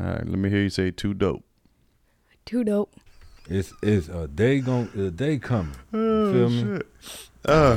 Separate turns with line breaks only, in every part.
All right, let me hear you say too dope.
Too dope.
It's it's a day gon' a day coming. You feel me? Uh.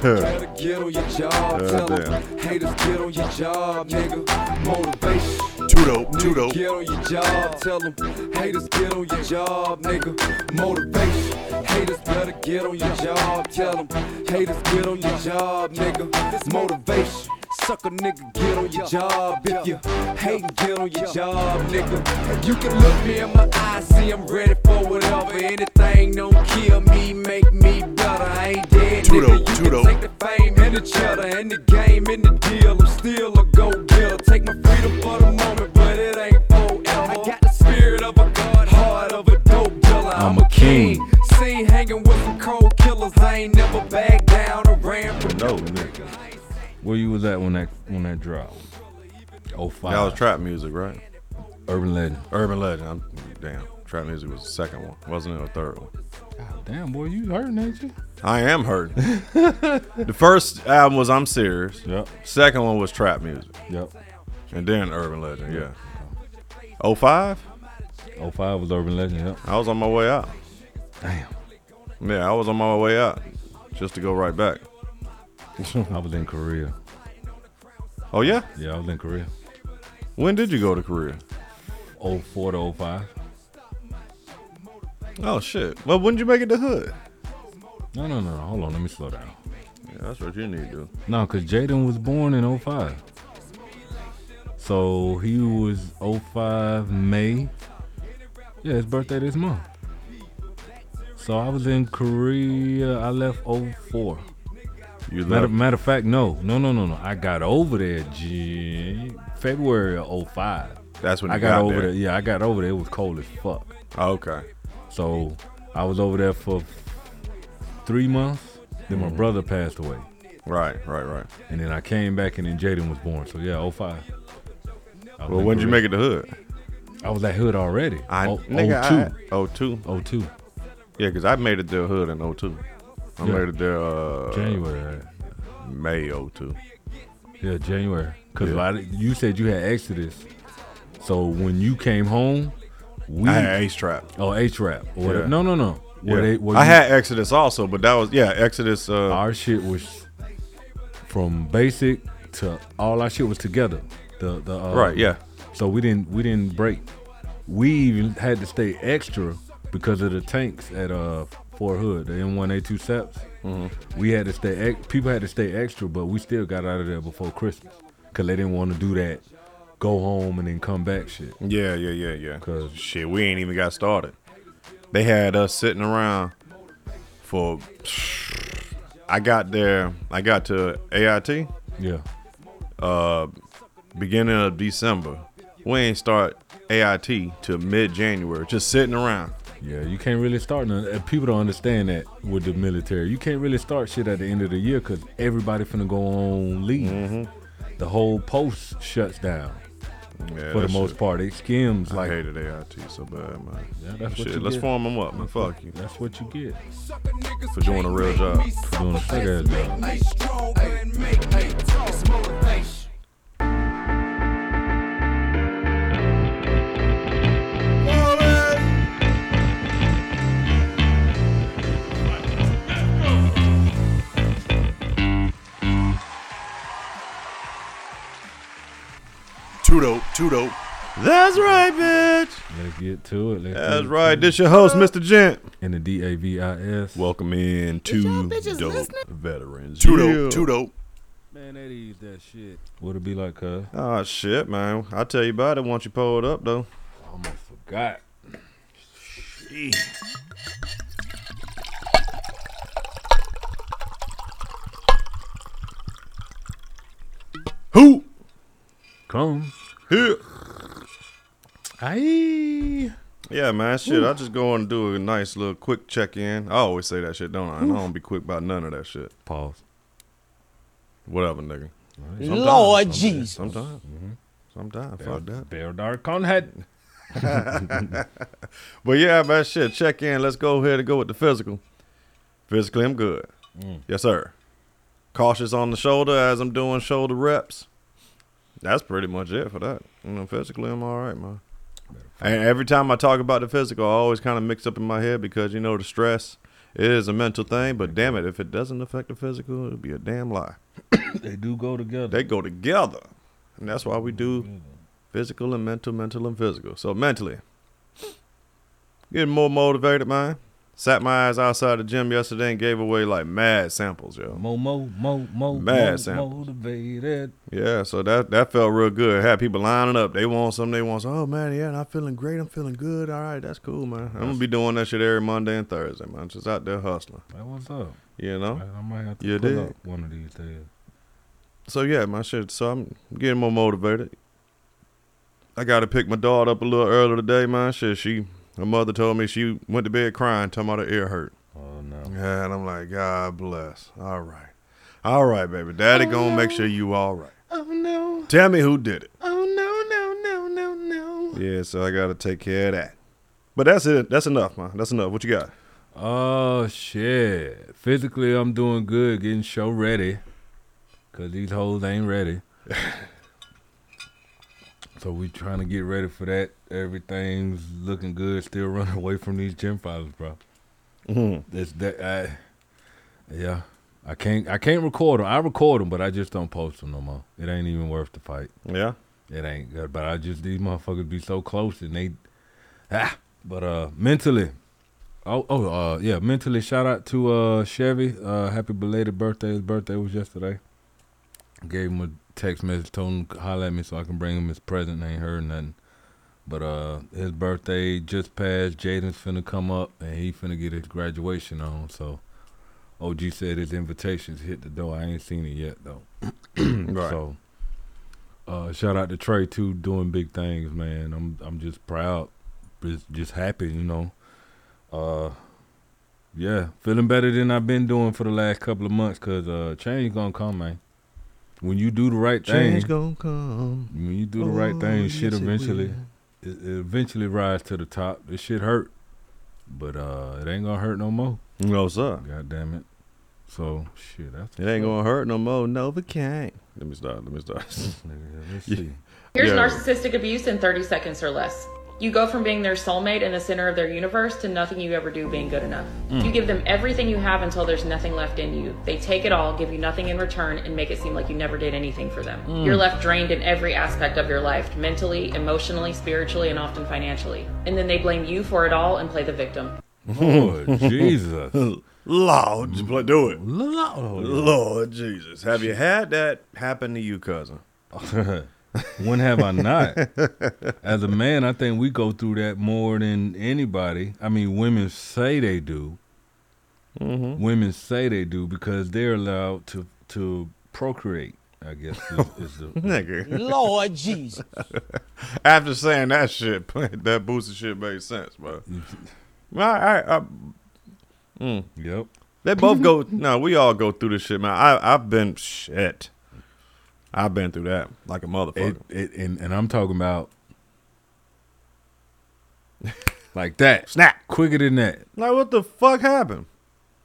Better get on your job, tell them. Haters get on your job, nigga. Motivation.
Too dope. Too
Nigga, Get on your job, tell them. Haters get on your job, nigga. Motivation. Haters better get on your job, tell them. Haters get on your job, nigga. Motivation. Sucker nigga, get on your job. If you hating, get on your job, nigga. You can look me in my eyes, see I'm ready for whatever. Anything don't kill me, make me better. I ain't dead,
Tudo,
nigga. You
tudo.
can take the fame and the cheddar and the game and the deal. I'm still a go getter. Take my freedom for the moment, but it ain't forever. I got the spirit of a god, heart of a dope dealer. I'm a king. Seen hanging with some cold killers. I ain't never back down or ran from
No, nigga.
Where you was at when that when that dropped? Oh five.
That was trap music, right?
Urban Legend.
Urban Legend. I'm, damn, trap music was the second one. Wasn't it the third one?
God damn boy, you hurting, ain't you?
I am hurting. the first album was I'm Serious.
Yep.
Second one was trap music,
Yep.
and then Urban Legend. Yeah. Oh five.
Oh five was Urban Legend. Yep.
I was on my way out.
Damn.
Yeah, I was on my way out, just to go right back.
I was in Korea.
Oh yeah.
Yeah, I was in Korea.
When did you go to Korea?
Oh four to 05.
Oh shit. Well, when did you make it to hood?
No, no, no. Hold on. Let me slow down.
Yeah, that's what you need to do.
No, because Jaden was born in 05. So he was 05 May. Yeah, his birthday this month. So I was in Korea. I left 04.
You
Matter,
left.
matter of fact, no. No, no, no, no. I got over there Jan- February of 05.
That's when you
I got, over
there.
there. Yeah, I got over there. It was cold as fuck.
Oh, okay.
So I was over there for three months. Then
Mm-hmm.
my brother passed away.
Right. Right. Right.
And then I came back and then Jaden was born. So yeah, 05. I was
Well,
in
when did you
Korea.
make it to hood?
I was at Hood already.
I
O-
nigga. Oh two.
02. 02.
Yeah, because I made it to hood in 02. I
Yeah.
made it there uh,
January.
May 02.
Yeah, January. Because
Yeah.
you said you had Exodus. So when you came home, we.
I had Ace Trap.
oh, H Rap.
Yeah.
No, no, no.
Yeah.
Where they, where
I
you-
had Exodus also, but that was, yeah, Exodus. Uh,
Our shit was from basic to all our shit was together. The, the, uh,
right, yeah.
So we didn't we didn't break. We even had to stay extra because of the tanks at uh Fort Hood, the M1A2 SEPs.
Mm-hmm.
We had to stay. Ex- people had to stay extra, but we still got out of there before Christmas because they didn't want to do that. Go home and then come back shit.
Yeah, yeah, yeah, yeah.
'Cause-
shit, we ain't even got started. They had us sitting around for. I got there, I got to AIT
Yeah,
beginning of December. We ain't start AIT till mid January, just sitting around.
yeah. You can't really start. None. and People don't understand that with the military. You can't really start shit at the end of the year because everybody finna go on leave. The whole post shuts down
Mm-hmm. Yeah,
for the
that
most
shit-
part. It skims like
I hated AIT so bad, man.
Yeah, that's what
Shit,
you
let's
get.
form them up, man. Fuck you.
That's what you get.
For doing a real job.
Doing a sick ass job.
Make stronger and make me talk. It's motivation.
Too dope, too dope. That's right, bitch.
Let's get to it. Let's
That's
get
right. This your host, Mr. Gent.
In the D A V I S.
Welcome in to
bitches
Dope
listening?
Veterans.
Too dope, too dope.
man, that is that shit. What it be like, cuz?
Oh shit, man. I'll tell you about it once you pull it up though.
Almost forgot.
Who?
Come.
Here.
Aye.
Yeah, man. Shit, I just go on and do a nice little quick check in. I always say that shit, don't I? And I don't be quick about none of that shit.
Pause.
Whatever, nigga.
Lord Jesus.
Sometimes. mm-hmm. Sometimes. Fuck that.
Bear Dark Conhead.
But yeah, man, shit, check in. Let's go ahead and go with the physical. Physically, I'm good. Yes, sir. Cautious on the shoulder as I'm doing shoulder reps. That's pretty much it for that. You know, physically, I'm all right, man. And every time I talk about the physical, I always kind of mix up in my head because you know the stress is a mental thing. But damn it, if it doesn't affect the physical, it'd be a damn lie.
They do go together.
They go together, and that's why we do physical and mental, mental and physical. So mentally, getting more motivated, man. Sat my ass outside the gym yesterday and gave away like mad samples, yo.
Mo mo mo mo
Mad
mo-
samples.
motivated.
Yeah, so that that felt real good. Had people lining up. They want something. They want. Some, oh man, yeah, I'm feeling great. I'm feeling good. All right, that's cool, man. I'm gonna be doing that shit every Monday and Thursday, man. Just out there hustling,
That what's up.
you know.
Man, I might have to
You
pull
did.
up one of these days.
So yeah, my shit. So I'm getting more motivated. I gotta pick my daughter up a little earlier today, man. Shit, she. Her mother told me she went to bed crying, talking about her ear hurt.
Oh no.
Yeah, and I'm like, God bless. All right, all right, baby. Daddy gonna make sure you all right.
Oh no.
Tell me who did it.
Oh no no no no no.
Yeah, so I gotta take care of that. But that's it. That's enough, man. That's enough. What you got?
Oh shit! Physically, I'm doing good, getting show ready, cause these hoes ain't ready. so we trying to get ready for that. Everything's looking good. Still running away from these gym fathers, bro.
Mm-hmm.
That's that. I, yeah, I can't. I can't record them. I record them, but I just don't post them no more. It ain't even worth the fight.
Yeah.
It ain't good. But I just these motherfuckers be so close and they ah. But uh mentally. Oh oh uh yeah, mentally shout out to uh Chevy. Uh happy belated birthday. His birthday was yesterday. Gave him a text message, told him to holler at me so I can bring him his present. Ain't heard nothing. But uh his birthday just passed. Jaden's finna come up and he finna get his graduation on, so OG said his invitations hit the door. I ain't seen it yet though.
Mm-hmm. Right.
So, uh, shout out to Trey too, doing big things, man. I'm I'm just proud, just, just happy, you know. Uh, yeah, feeling better than I've been doing for the last couple of months, cause uh, change gonna come, man. When you do the right thing,
Change gonna come.
when you do the right thing,
Oh,
shit
yes, it
eventually,
will.
it, it eventually rise to the top. This shit hurt, but uh, it ain't gonna hurt no more.
No sir.
God damn it. So shit, that's
It ain't gonna hurt no more. Novocaine. Let me stop. Let me stop.
Nigga, Let's
Yeah.
see.
Here's
Yeah.
narcissistic abuse in 30 seconds or less. You go from being their soulmate and the center of their universe to nothing you ever do being good enough. You give them everything you have until there's nothing left in you. They take it all, give you nothing in return, and make it seem like you never did anything for them. You're left drained in every aspect of your life mentally, emotionally, spiritually, and often financially. And then they blame you for it all and play the victim.
Lord Oh, Jesus.
Lord, just play- do it.
Lord.
Lord Jesus, have you had that happen to you, cousin?
when have I not? As a man, I think we go through that more than anybody. I mean, women say they do. Women say they do because they're allowed to to procreate. I guess is, is the,
Nigga.
Lord
Uh,
Jesus.
After saying that shit, that booster shit made sense, bro. I, I, I,
yep.
They both go. no, we all go through this shit, man. I I've been shit. I've been through that like a motherfucker.
It, it and, and I'm talking about like that.
Snap.
Quicker than that.
Like what the fuck happened?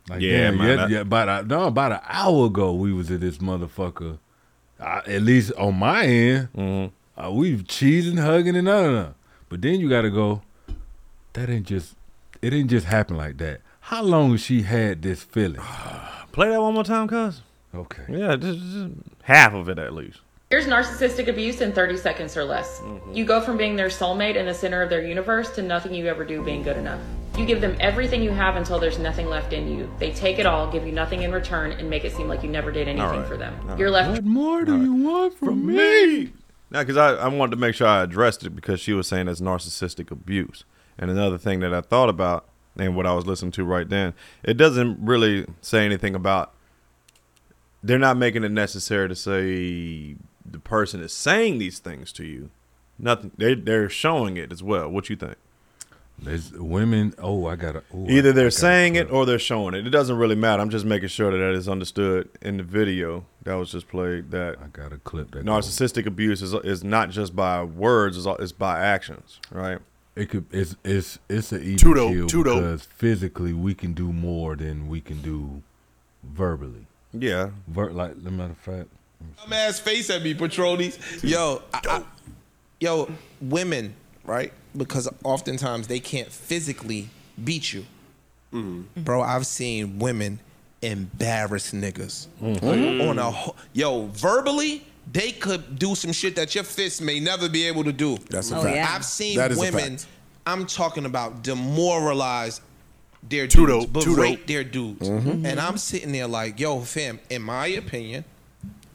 Like,
Yeah,
yeah,
man,
yeah,
that-
yeah. About a, no, about an hour ago, we was at this motherfucker. I, at least on my end,
Mm-hmm.
uh, we cheesing, hugging, and none of that. But then you gotta go. That ain't just. It didn't just happen like that. How long she had this feeling?
Play that one more time, cuz.
Okay.
Yeah, just, just half of it at least.
Here's narcissistic abuse in 30 seconds or less.
Mm-hmm.
You go from being their soulmate and the center of their universe to nothing you ever do being good enough. You give them everything you have until there's nothing left in you. They take it all, give you nothing in return, and make it seem like you never did anything
right.
for them.
All
You're left
What more do you want from me?
Now, because I, I wanted to make sure I addressed it because she was saying that's narcissistic abuse. And another thing that I thought about and what I was listening to right then, it doesn't really say anything about. They're not making it necessary to say the person is saying these things to you. Nothing. They they're showing it as well. What you think?
There's women. Oh, I gotta. ooh, I-
Either
I
they're
gotta
saying
clip.
it or they're showing it. It doesn't really matter. I'm just making sure that that is understood in the video that was just played. That
I gotta clip that. goes.
narcissistic abuse is is not just by words; it's, al- it's by actions, right?
It could it's it's it's an even
Tudo,
kill
tudo.
because physically we can do more than we can do verbally.
Yeah,
Ver- like as a matter of fact,
dumbass face at me, Patronies. Yo, I, I- yo, women, right? Because oftentimes they can't physically beat you.
Mm-hmm.
Bro, I've seen women embarrass niggas
Mm-hmm.
on a ho- yo verbally. They could do some shit that your fist may never be able to do.
That's a
Oh,
fact.
yeah.
I've seen
That is a
women.
fact.
I'm talking about demoralized their
Too
dudes,
dope, too
berate
dope.
their dudes,
Mm-hmm.
and I'm sitting there like, yo, fam. In my opinion,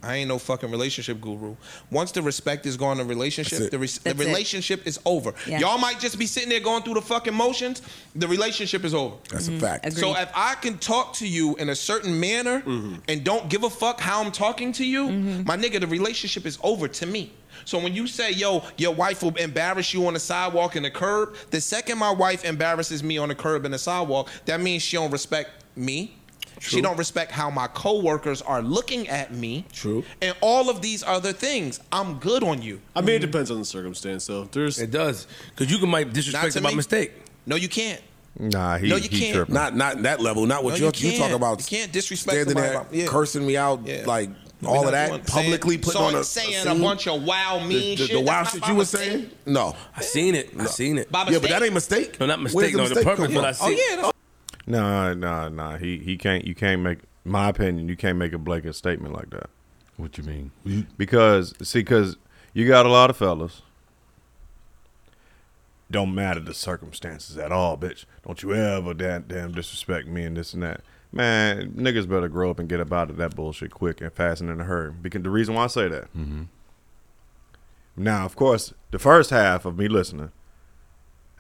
I ain't no fucking relationship guru. Once the respect is gone in
That's
relationship,
it.
the, res- the
That's it.
relationship is over.
Yeah.
Y'all might just be sitting there going through the fucking motions. The relationship is over.
That's a fact.
Agreed.
So if I can talk to you in a certain manner
Mm-hmm.
and don't give a fuck how I'm talking to you, my nigga, the relationship is over to me. So when you say, yo, your wife will embarrass you on the sidewalk and the curb, the second my wife embarrasses me on the curb and the sidewalk, that means she don't respect me. She don't respect how my coworkers are looking at me.
True.
And all of these other things. I'm good on you.
I mean, it depends on the circumstance, though. There's
It does. Because you can might
Not
disrespect
to
them by
me.
mistake.
No, you can't.
Nah, he,
No, you
he
can't.
tripping. Nah.
Nah. Not-
not not that level. Not
No,
what
you
you're you
can't.
talking about.
You can't disrespect
standing
somebody
there,
about- yeah.
cursing me out,
Yeah.
like
No,
all
we
of
not
that,
doing-
publicly
saying-
putting
so
on a
saying
scene.
a bunch of wow
the,
mean
the,
shit.
the wild
That's
shit
not
you
by
were
mistake.
saying. No,
I seen it. I seen it.
By
yeah,
mistake.
but that ain't mistake.
No, not
Where's
mistake. no, the
mistake
purpose.
come
When I
from?
Oh
see it.
yeah, that's
nah, nah, He he can't. You can't make. My opinion, you can't make a blanket statement like that.
What you mean?
Because see, because you got a lot of fellas. Don't matter the circumstances at all, bitch. Don't you ever damn, damn disrespect me and this and that. Man, niggas better grow up and get up out of that bullshit quick and fast and in a hurry. Because the reason why I say that. Now, of course, the first half of me listening,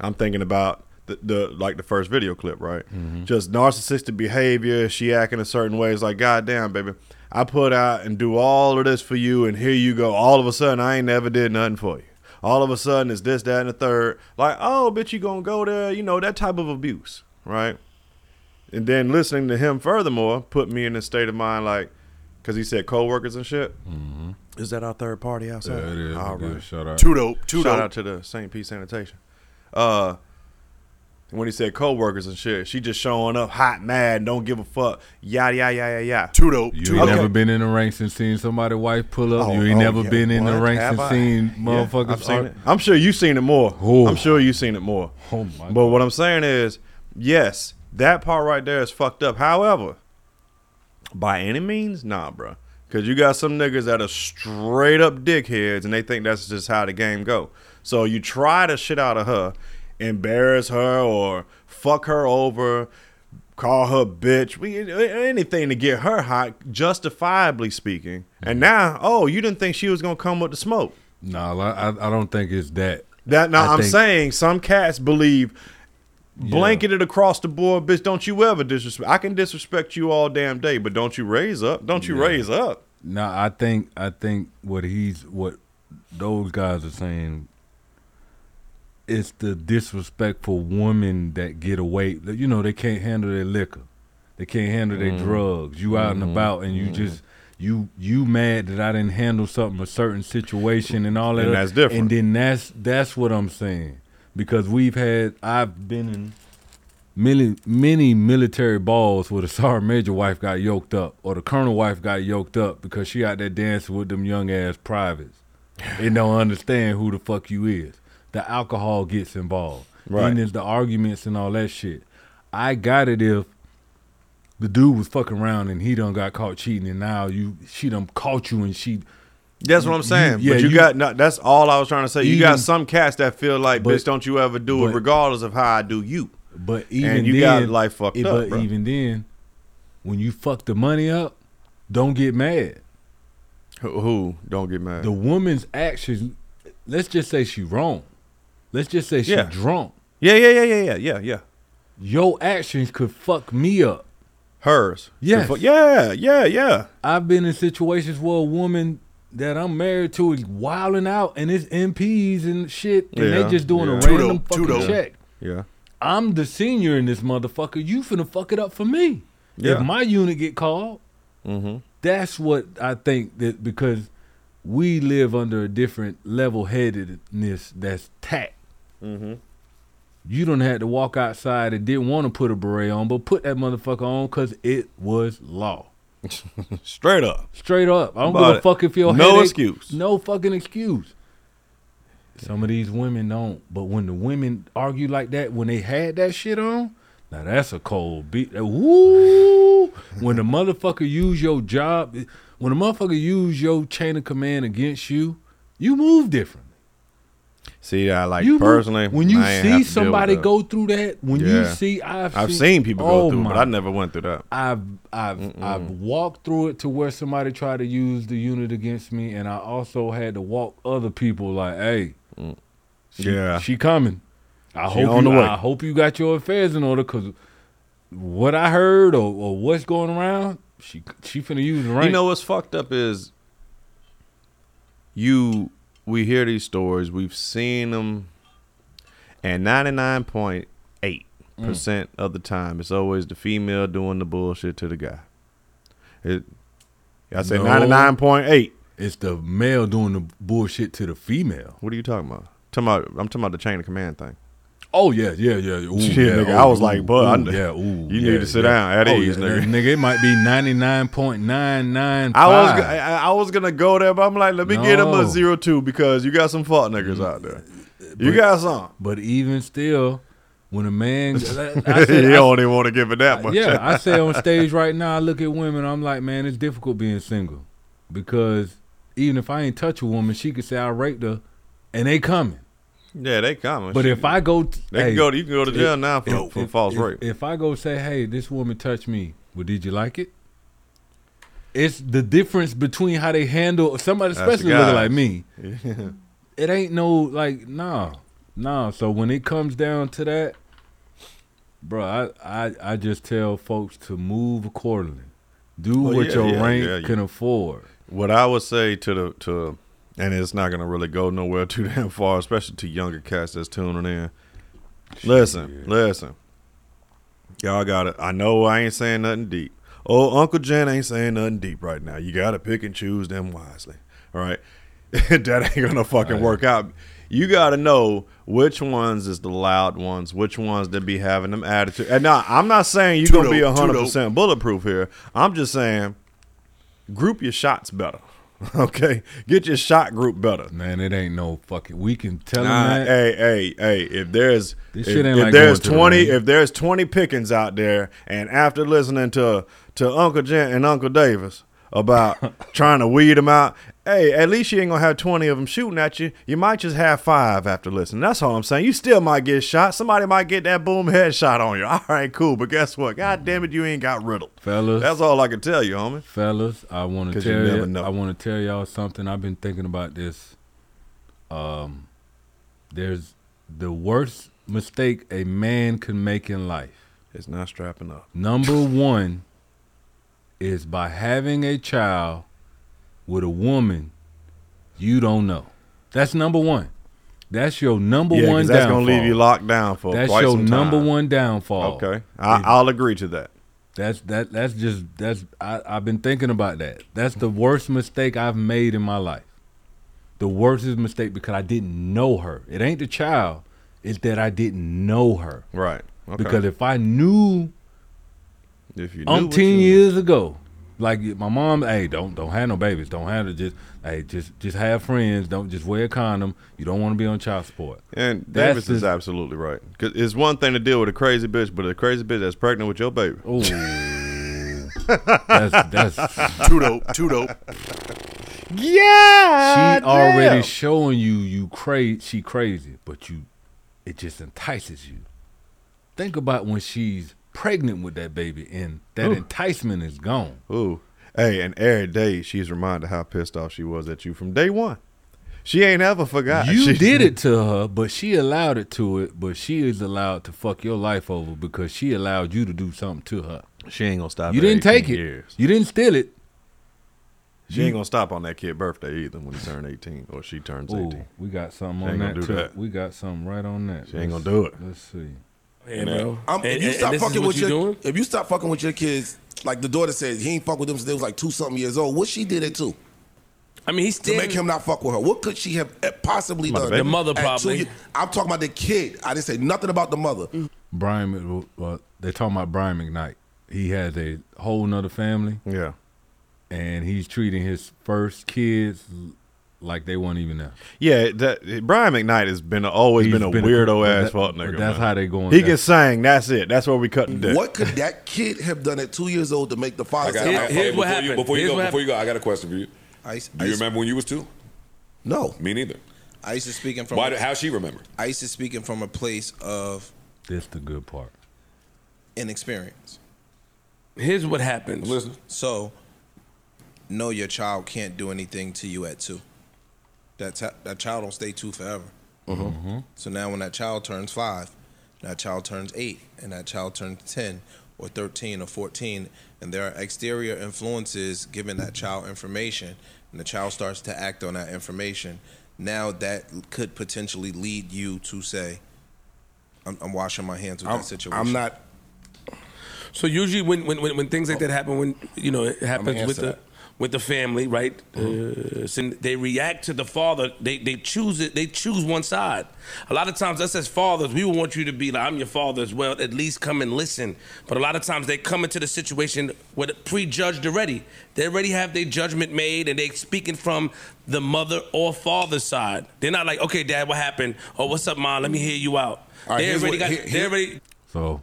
I'm thinking about the, the like the first video clip, right?
Mm-hmm.
Just narcissistic behavior. She acting a certain way. It's like, goddamn, baby, I put out and do all of this for you, and here you go. All of a sudden, I ain't never did nothing for you. All of a sudden, it's this, that, and the third. Like, oh, bitch, you gonna go there? You know that type of abuse, right? And then listening to him, furthermore, put me in a state of mind like, because he said coworkers and shit. Is that our third party outside?
Mm-hmm. Yeah, it is.
All right.
Shout out.
Too dope. Too
Shout
dope.
out to the St. Pete Sanitation. Uh, when he said coworkers and shit, she just showing up hot, mad, don't give a fuck. Yada yada yada yada.
Too dope.
You
Too
ain't
dope.
never been in the ranks and seen somebody wife pull up.
Oh,
you ain't never been in the ranks and seen motherfuckers.
i
are-
am sure you've seen it more.
Ooh.
I'm sure you've seen it more.
Oh my
but what I'm saying is, yes, that part right there is fucked up. However, by any means, nah, bro. Cause you got some niggas that are straight up dickheads, and they think that's just how the game go. So you try the shit out of her, embarrass her, or fuck her over, call her bitch, we- anything to get her hot, justifiably speaking.
Mm-hmm.
And now, oh, you didn't think she was gonna come with the smoke?
Nah, I, I, I don't think it's that.
That now
I
I'm
think-
saying some cats believe blanketed across the board, bitch. Don't you ever disrespect? I can disrespect you all damn day, but don't you raise up? Don't you raise up?
Nah, I think I think what he's what those guys are saying. It's the disrespectful woman that get away. that, You know they can't handle their liquor, they can't handle their
Mm-hmm.
drugs. You out and about, and you just you you mad that I didn't handle something a certain situation and all that.
And
other-
that's different.
And then that's that's what I'm saying because we've had I've been in many many military balls where the sergeant major wife got yoked up or the colonel wife got yoked up because she out there dancing with them young ass privates and don't understand who the fuck you is. The alcohol gets involved.
Right.
Then there's the arguments and all that shit. I got it if the dude was fucking around and he done got caught cheating and now you she done caught you and she
That's what I'm saying.
yeah,
but you,
you-
got no, that's all I was trying to say. You
Even-
got some cats that feel like,
But-
bitch, don't you ever do it,
but-
regardless of how I do you.
But even
you got
then,
life fucked
eh,
up,
But
bro.
even then, when you fuck the money up, don't get mad.
Who, who? don't get mad.
The woman's actions. Let's just say she wrong. Let's just say she
Yeah.
drunk.
yeah, yeah, yeah, yeah, yeah, yeah, yeah.
Your actions could fuck me up.
Hers.
Yes.
Fu- Yeah, yeah, yeah.
I've been in situations where a woman that I'm married to is wilding out and it's MPs and shit, and
Yeah,
they just doing
yeah.
a
Too
random
dope, too
fucking
dope.
check.
Yeah.
I'm the senior in this motherfucker. You finna fuck it up for me.
Yeah.
If my unit get called, that's what I think that because we live under a different level headedness that's tact. You don't have to walk outside and didn't want to put a beret on, but put that motherfucker on because it was law.
Straight up.
Straight up. I don't
About
give a
it.
fuck if your
No
headache-
excuse.
No fucking excuse. Some of these women don't. But when the women argue like that, when they had that shit on, now that's a cold beat. Uh, Woo! when the motherfucker use your job, when a motherfucker use your chain of command against you, you move different.
See, I like
You move-
personally
when you
I ain't have
see
to deal with
somebody
that.
go through that, when you
Yeah.
see, I've
I've seen people go
Oh
through, it, but
my
I never went through that.
I've I've I've walked through it to where somebody tried to use the unit against me, and I also had to walk other people like, hey, she,
Yeah.
she coming. I
She
hope
on
you,
the way.
I hope you got your affairs in order, cause what I heard or, or what's going around, she she finna use the rank.
You know what's fucked up is you. We hear these stories. We've seen them, and ninety nine point eight percent
Mm.
of the time, it's always the female doing the bullshit to the guy. It. I say
No.
ninety nine point eight.
it's the male doing the bullshit to the female.
What are you talking about? Talking about, I'm talking about the chain of command thing.
Oh yeah, yeah, yeah. Ooh,
Shit,
yeah,
nigga,
ooh,
I was like,
ooh,
bud, I kn-
ooh, yeah, ooh,
you
yeah,
need to sit
yeah.
down at
Oh,
ease,
yeah,
nigga.
Nigga, it might be ninety nine point nine nine
I
five.
was go- I, I was gonna go there, but I'm like, let me get him
No. Mm.
a zero two because you got some fault niggas out there. You got some.
But even still, when a man, I, I
You
said, I-
don't even want to give it that much.
yeah, I say on stage right now, I look at women, I'm like, man, it's difficult being single because even if I ain't touch a woman, she could say I raped her, and they coming.
Yeah, they coming.
But
Shit.
if I go,
they
hey,
can go, to, you can go to jail now for,
if-
for
if-
false
if-
rape.
If I go say, "Hey, this woman touched me," well, did you like it? It's the difference between how they handle somebody,
That's
especially
the
looking
guys.
like me. It ain't no like, nah, nah. So when it comes down to that, bro, I I, I just tell folks to move accordingly. Do
Well,
what
Oh, yeah,
your
yeah,
rank
yeah, you-
can afford.
what I would say to the to, and it's not gonna really go nowhere too damn far, especially to younger cats that's tuning in. Listen, listen, y'all got it. I know I ain't saying nothing deep. Oh, Uncle Jen ain't saying nothing deep right now. You gotta pick and choose them wisely. All right, that ain't gonna fucking work out. You gotta know which ones is the loud ones, which ones that be having them attitude. And now I'm not saying you're gonna be
Tudo,
hundred
tudo.
percent bulletproof here. I'm just saying group your shots better. Okay, get your shot group better.
Man, it ain't no fucking. We can tell
Nah,
them that.
hey, hey, hey! If there's
This
if,
shit ain't
if
like
there's
going to the
twenty
ring.
if there's twenty pickings out there, and after listening to to Uncle Jen and Uncle Davis about trying to weed them out, hey, at least you ain't gonna have twenty of them shooting at you. You might just have five after listening. That's all I'm saying. You still might get shot. Somebody might get that boom headshot on you. All right, cool. But guess what? God damn it, you ain't got riddled.
Fellas.
That's all I can tell you, homie.
fellas, I want to
'Cause you
tell
never
you.
know.
I want to tell y'all something. I've been thinking about this. Um, there's the worst mistake a man can make in life.
It's not strapping up.
Number one is by having a child with a woman you don't know. That's number one. That's your number
Yeah, 'cause
one.
that's
downfall.
gonna leave you locked down for
That's
quite
your
some
number
time.
one downfall.
Okay, I, I'll agree to that.
That's that. That's just that's. I, I've been thinking about that. That's the worst mistake I've made in my life. The worst is mistake because I didn't know her. It ain't the child. It's that I didn't know her.
Right. Okay.
Because if I knew
if you knew what
umpteen
you-
years ago, like my mom, hey, don't don't have no babies. Don't have to just hey just just have friends. Don't just wear a condom. You don't want to be on child support.
and
That's
Davis is
just-
absolutely right. 'Cause it's one thing to deal with a crazy bitch, but a crazy bitch that's pregnant with your baby.
Oh, that's that's
Too dope. Too dope.
Yeah.
she already showing you you crazy she crazy but you it just entices you think about when she's pregnant with that baby and that enticement is gone
Ooh. Hey, and every day she's reminded how pissed off she was at you from day one. She ain't ever forgot.
you
Ah, She-
did it to her but she allowed it to it but she is allowed to fuck your life over because she allowed you to do something to her
She ain't gonna stop.
you
at
didn't take
18
it
years.
you didn't steal it
She ain't gonna stop on that kid birthday either when he turned eighteen or she turns
Ooh,
eighteen.
we got something
She
on
ain't gonna
that
do
too
that.
we got something right on that
She ain't
Let's-
gonna do it.
let's see
Yeah, bro.
I'm,
and,
Um, if you
and-
stop
and this is
fucking
what
with
you
your,
doing?
if you stop fucking with your kids, like the daughter says, he ain't fuck with them since they was like two something years old. What she did it to
I mean, he's
to
still
make him not fuck with her? What could she have eh, possibly
Mother
done?
baby. The
mother
at two
probably.
year- I'm talking about the kid. I didn't say nothing about the mother.
Mm.
Brian, Mc- well, they're talking about Brian McKnight. He has a whole nother family,
Yeah.
and he's treating his first kids like they weren't even there.
Yeah, that, Brian McKnight has been always
He's
been a
been a-
weirdo
but that-
ass fuck
but
nigga.
that's
man.
how they going-
He
that's-
can sing. That's it. That's where we cut the dick.
What could that kid have done at two years old to make the
I
father
got,
say,
I-
"I'm
hey,
fucking
before
with
you,
you"?
before you
Here's
go,
what
before you go, I got a question for you.
I used,
Do
I
you
used-
remember when you was two?
No,
me neither.
I used to speaking from.
Why? did- How she remember?
I used to speaking from a place of
That's the good part.
inexperience.
Here's what happens.
Listen.
So, no, your child can't do anything to you at two. That ti- that child don't stay two forever.
Mm-hmm.
So now, when that child turns five, that child turns eight, and that child turns ten, or thirteen, or fourteen, and there are exterior influences giving that child information, and the child starts to act on that information. Now that could potentially lead you to say, "I'm, I'm washing my hands with
I'm-
that situation."
I'm not
So usually when when, when, when things like that happen, when you know it happens
answer
with the
that. Uh-huh.
with the family, right? Uh, sin- they react to the father. They they choose it. They choose one side. A lot of times, us as fathers, we would want you to be like, "I'm your father as well." At least come and listen. But a lot of times, they come into the situation with prejudged already. They already have their judgment made, and they speaking from the mother or father's side. They're not like, "Okay, dad, what happened?" Or "What's up, mom? Let me hear you out."
All right,
they
here's
already
what-
got.
here-
they
here-
already
So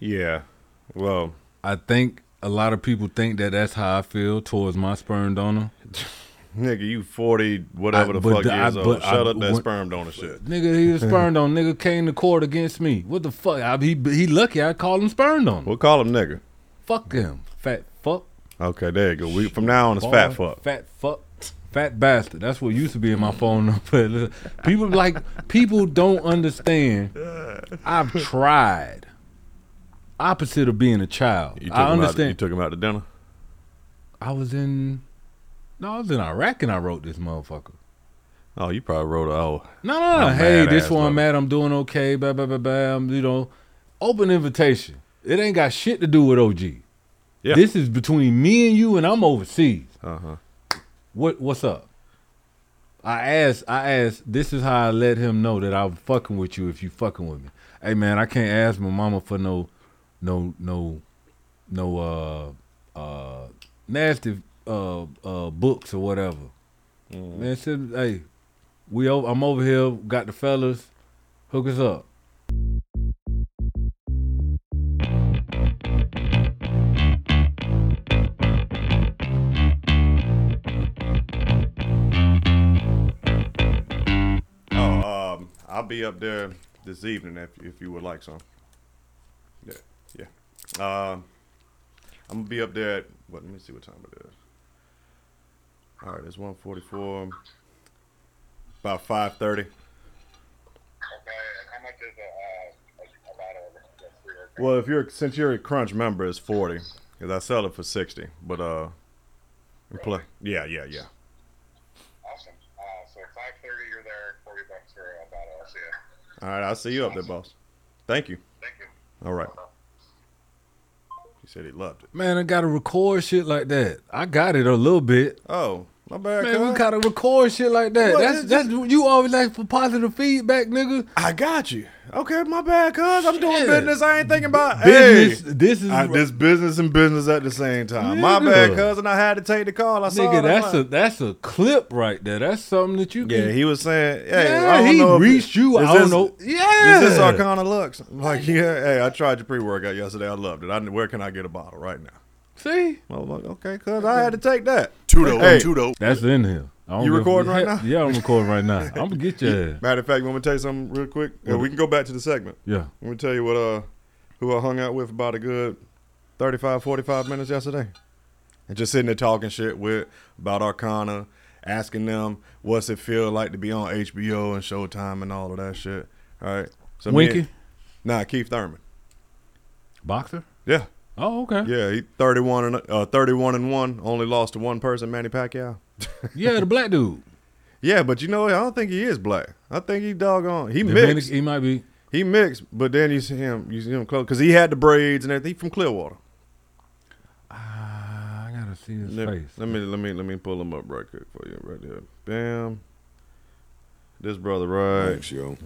Yeah. Well,
I think a lot of people think that that's how I feel towards my sperm donor.
nigga, you forty whatever
I-
the
but
fuck
the- I-
years old.
but I-
Shut up that
what-
sperm donor shit.
Nigga, he was sperm donor. Nigga came to court against me. What the fuck? I, he he lucky I called him sperm donor.
We'll call him nigga.
Fuck him, fat fuck.
Okay, there you go. We, from now on, it's
Boy,
fat fuck.
Fat fuck. Fat bastard. That's what used to be in my phone number. people like people don't understand. I've tried. Opposite of being a child.
You took
I
him out-
understand.
you took him out to dinner.
I was in No, I was in Iraq and I wrote this motherfucker.
Oh, you probably wrote a oh.
No, no, no.
I'm
Hey,
mad
this
ass
one,
mother-
Matt, I'm doing okay. Blah, blah, blah, blah. I'm, you know, open invitation. It ain't got shit to do with OG.
Yeah.
This is between me and you, and I'm overseas.
Uh huh.
What What's up? I asked, I asked, this is how I let him know that I'm fucking with you if you fucking with me. Hey, man, I can't ask my mama for no, no, no, no, uh, uh, nasty, uh, uh, books or whatever. Man, said, hey, we over, I'm over here, got the fellas, hook us up.
Oh, um, I'll be up there this evening if if you would like some. Yeah, yeah. Um, I'm gonna be up there at what? Let me see what time it is. All right, it's 1:44. About 5:30. Well, if you're since you're a Crunch member, it's 40. Cause I sell it for 60. But uh, we play. Yeah, yeah, yeah.
Awesome. Uh, so 5:30, you're there. 40 bucks for a bottle. I'll see ya.
All right, I'll see you up there, boss. Thank you. Thank you. All right. He said he loved it.
Man, I gotta record shit like that. I got it a little bit.
Oh, my bad.
Man, we
cuz.
gotta record shit like that.
What,
that's
it's
that's you always like for positive feedback, nigga.
I got you. Okay, my bad, cuz. I'm doing
Shit.
business. I ain't thinking about
Business.
Hey.
This is
I, this business and business at the same time. My
Nigga.
bad, cuz, and I had to take the call. I saw it.
nigga.
I'm
That's
like-
a that's a clip right there. That's something that you
Yeah,
can.
he was saying, hey,
Yeah,
I don't
he
know if-
reached you. I
is
don't
this-
know. Yeah.
Is this Arcana Lux? I'm like, yeah, hey, I tried your pre workout yesterday. I loved it. I, where can I get a bottle right now?
See,
I was like, okay, cuz, I had to take that.
Tudo,
Hey.
Tudo.
that's in here. I don't
Oh. You
give a-
recording right
yeah,
now?
Yeah, I'm recording right now. I'm gonna get your
Matter of fact, you want me to tell you something real quick? Yeah, we can go back to the segment.
yeah.
Let me tell you what uh who I hung out with for about a good 35, 45 minutes yesterday. And just sitting there talking shit with about Arcana, asking them what's it feel like to be on HBO and Showtime and all of that shit. All right. So me
Winky?
and- nah, Keith Thurman.
boxer.
Yeah.
Oh, okay. Yeah.
Yeah, he 31 and uh, 31 and 1, only lost to one person, Manny Pacquiao.
the black dude.
yeah, but you know, what? I don't think he is black. I think he doggone. He
Dominic-
mixed.
he might be.
He mixed, but then you see him, you see him close because he had the braids and everything. He from Clearwater. Ah,
I gotta see his
Let,
face.
let me let me let me pull him up right quick for you, right there. Bam. This brother, right?
Thanks, yo.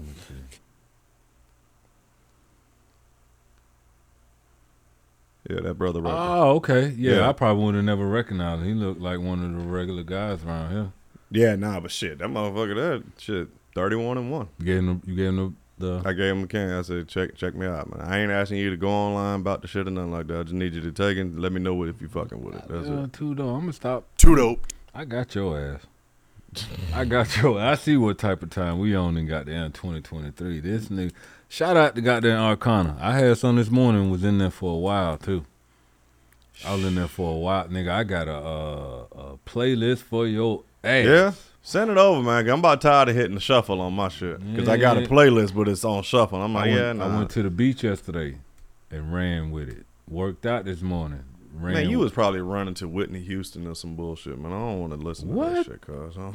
Yeah, that brother, right?
Oh, okay. Yeah,
Yeah.
I probably would have never recognized him. He looked like one of the regular guys around here.
there. Uh, Yeah, nah, but shit, that motherfucker, that shit, thirty-one and one.
You gave him, you gave him the.
I gave him a can. I said, check, check me out, man. I ain't asking you to go online about the shit or nothing like that. I just need you to take it. and Let me know what if you fucking with it. That's
Yeah,
it.
too dope. I'm gonna stop.
Too dope.
I got your ass. I got your. I see what type of time we on in goddamn 2023. This nigga. Shout out to goddamn Arcana. I had some this morning. Was in there for a while too. I was in there for a while, nigga. I got a uh, a playlist for your ass.
Yeah, send it over, man. 'cause I'm about tired of hitting the shuffle on my shit because I got a
Yeah.
playlist, but it's on shuffle. I'm like,
I went,
Oh, yeah,
I
nah.
went to the beach yesterday and ran with it. Worked out this morning. Ran
Man, you
with
was probably running to Whitney Houston or some bullshit, man. I don't want to listen to
What?
that shit, cuz. huh?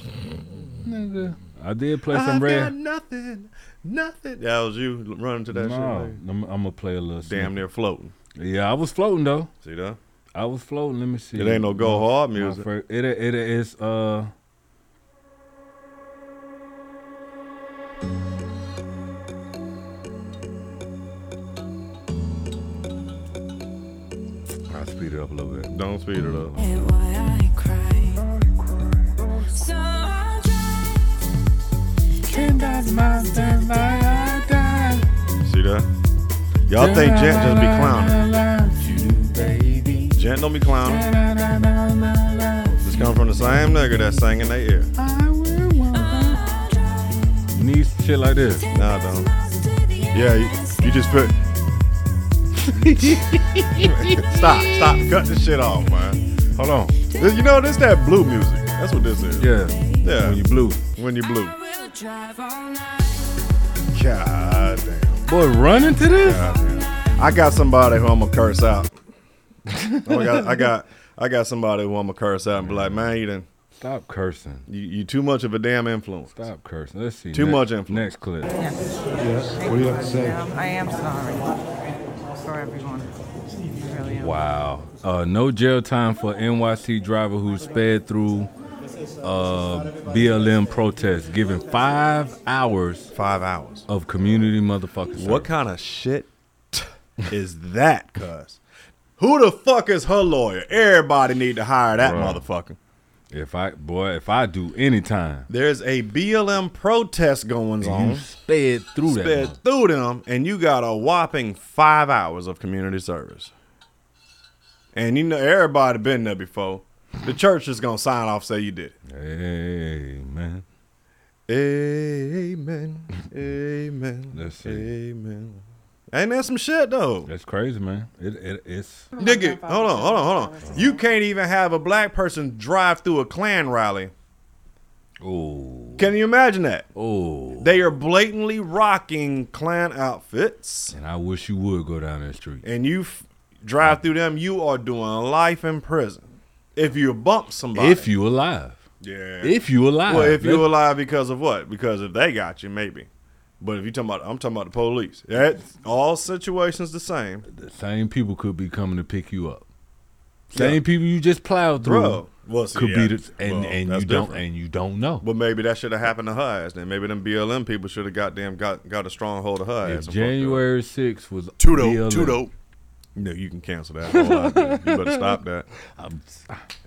Nigga. I did play some
I've
red.
got nothing, nothing. That was you running to that
No,
shit.
I'm, I'm gonna play a little.
Damn near floating.
Yeah, I was floating though.
See that?
I was floating. Let me see.
It ain't no go
My-
hard
my
music.
fir- it it is uh. I'll speed it up a little bit.
Don't speed it up. See that? Y'all think Gent just be clowning. Gent don't be clowning. This come from the same nigga that sang in their ear.
Needs shit like this.
Nah, I don't. Yeah, you, you just put. Stop, stop, cut this shit off, man. Hold on. This- You know, this that blue music. That's what this is.
Yeah.
Yeah.
When you blue.
When you blue. God damn.
Boy, running to this?
I got somebody who I'm gonna curse out. I got, I got, I got somebody who I'm gonna curse out and be like, man, you done.
Stop cursing.
You, you too much of a damn influence.
Stop cursing. Let's see.
Too
Ne-
much influence.
Next clip.
Yes.
What do you have to say? Um, I am sorry for everyone. I really am.
Wow. Uh, no jail time for NYC driver who sped through uh, BLM protests, given five hours.
Five hours
of community motherfuckers.
What kind of shit is that, cuz? Who the fuck is her lawyer? Everybody need to hire that motherfucker.
If I boy, if I do any time,
There's a BLM protest going on.
you sped through that
Uh-huh. Sped through them, and you got a whopping five hours of community service. And you know everybody been there before. The church is gonna sign off say you did it.
Amen.
Amen. Amen.
Let's see.
Amen. Ain't that some shit though?
That's crazy, man. It, it it's
Nigga, hold on, hold on, hold on. You can't even have a black person drive through a Klan rally.
Ooh.
Can you imagine that?
Ooh.
They are blatantly rocking Klan outfits,
and I wish you would go down that street.
and you f- drive through them, you are doing life in prison. If you bump somebody.
If you alive.
Yeah.
If you alive.
Well, if
Let's-
you alive because of what? Because if they got you, maybe. But if you talking about, I'm talking about the police. That's all situations the same.
the same people could be coming to pick you up. Same people you just plowed through
Bro, well, see,
could
yeah,
be the, and
well,
and you
that's
don't
different.
and you don't know.
But maybe that should have happened to her ass. Then maybe them BLM people should have goddamn got got a stronghold of her
If
ass. and
January 6th was
Too dope,
BLM,
too dope. fucked- No, you can cancel that. whole idea. you better stop that.
I'm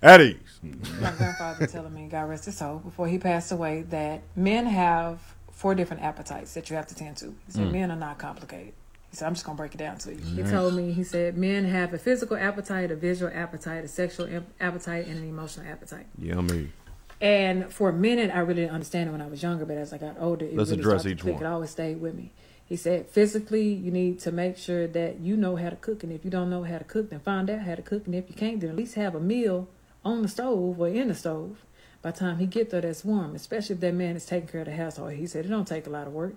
At ease.
My grandfather telling me, God rest his soul, before he passed away, that men have four different appetites that you have to tend to. He
Hmm.
said,
Mm.
Men are not complicated. He said, I'm just going to break it down to you. He
Nice.
told me, he said, Men have a physical appetite, a visual appetite, a sexual imp- appetite, and an emotional appetite.
Yummy.
And for a minute, I really didn't understand it when I was younger, but as I got older, it
Let's
really
address
started
each
to click.
one.
It always stayed with me. He said, physically, you need to make sure that you know how to cook, and if you don't know how to cook, then find out how to cook, and if you can't, then at least have a meal on the stove or in the stove by the time he get there that's warm, especially if that man is taking care of the household. He said it don't take a lot of work.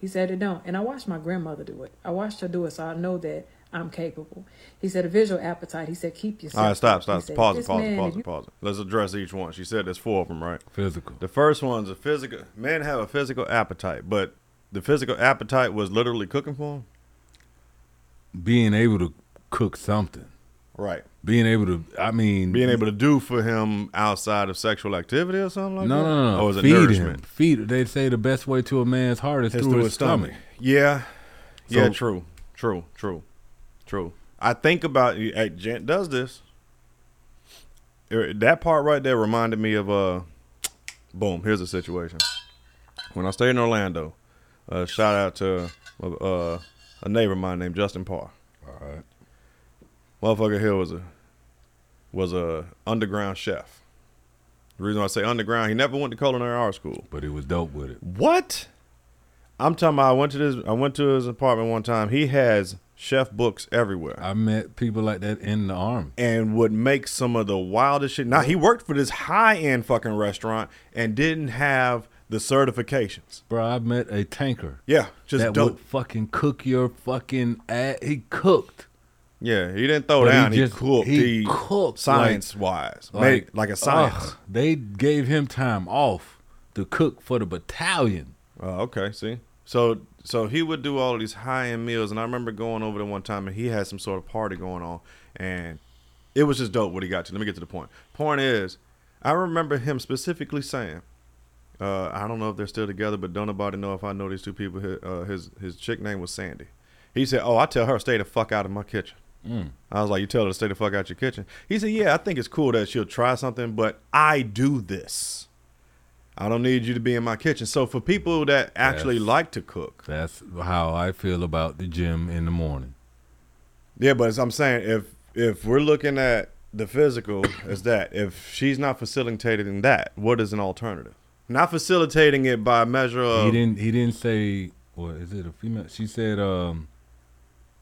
He said it don't, and I watched my grandmother do it. I watched her do it, so I know that. I'm capable. He said a visual appetite. He said keep yourself.
All right, stop,
He
stop.
said,
Pause it,
"This
pause
man,
it,
if
pause
you
it, pause it. Let's address each one. She said there's four of them, right?
Physical.
The first one's a physical. Men have a physical appetite, but the physical appetite was literally cooking for them.
being able to cook something.
Right.
Being able to I mean
Being able to do for him outside of sexual activity or something like
No,
that.
no, no.
Or was Oh, it
Feed
nourishment?
him. Feed they say the best way to a man's heart is
It's
through, his, stomach.
Yeah. yeah,
So-
true. True. True. True. I think about hey, Gent does this. Er, That part right there reminded me of uh boom, here's the situation. When I stayed in Orlando, uh, shout out to uh, a neighbor of mine named Justin Parr. All right. Motherfucker here was a was a underground chef. The reason why I say underground, he never went to culinary art school.
But he was dope with it.
What? I'm talking about I went to this I went to his apartment one time. He has chef books everywhere.
I met people like that in the army.
And would make some of the wildest shit. Now he worked for this high end fucking restaurant and didn't have the certifications.
Bro, I met a tanker.
Yeah, just
that
dope.
would fucking cook your fucking ass. He cooked.
Yeah, he didn't throw
But he
down. He,
just-
cooked.
he
He,
cooked,
science wise, like, like a science.
ugh, they gave him time off to cook for the battalion.
Oh, okay. See, so so he would do all these high end meals, and I remember going over there one time, and he had some sort of party going on, and it was just dope what he got to. Let me get to the point. Point is, I remember him specifically saying, uh, "I don't know if they're still together, but don't nobody know if I know these two people." His uh, his, his chick name was Sandy. He said, "Oh, I tell her stay the fuck out of my kitchen."
Mm.
I was like, "You tell her to stay the fuck out your kitchen." He said, "Yeah, I think it's cool that she'll try something, but I do this. I don't need you to be in my kitchen." So for people that actually
Yes.
like to cook,
That's how I feel about the gym in the morning.
yeah, but as I'm saying, if if we're looking at the physical as that, if she's not facilitating that, what is an alternative? Not facilitating it by measure of
he didn't. He didn't say. What is it? A female? She said. Um,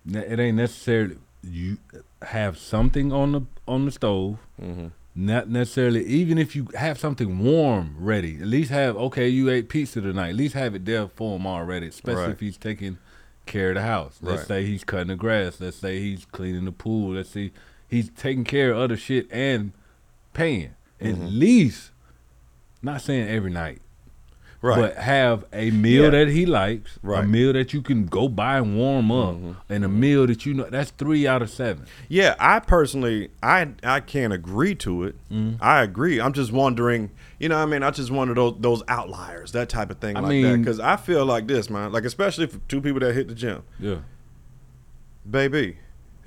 ne- it ain't necessarily you have something on the on the stove.
Mm-hmm.
Not necessarily. Even if you have something warm ready, at least have okay. You ate pizza tonight. At least have it there for him already. Especially
Right.
if he's taking care of the house. Let's
Right.
say he's cutting the grass. Let's say he's cleaning the pool. Let's see he's taking care of other shit and paying. At
Mm-hmm.
least, not saying every night.
Right.
But have a meal
Yeah.
that he likes, a
Right. Mm-hmm.
meal that you can go buy and warm up, and a meal that you know that's three out of seven.
Yeah, I personally, I I can't agree to it.
Mm-hmm.
I agree. I'm just wondering, you know, what I mean, I just wonder those those outliers, that type of thing,
I
like that.
mean-
Because I feel like this, man. Like especially for two people that hit the gym,
Yeah,
baby.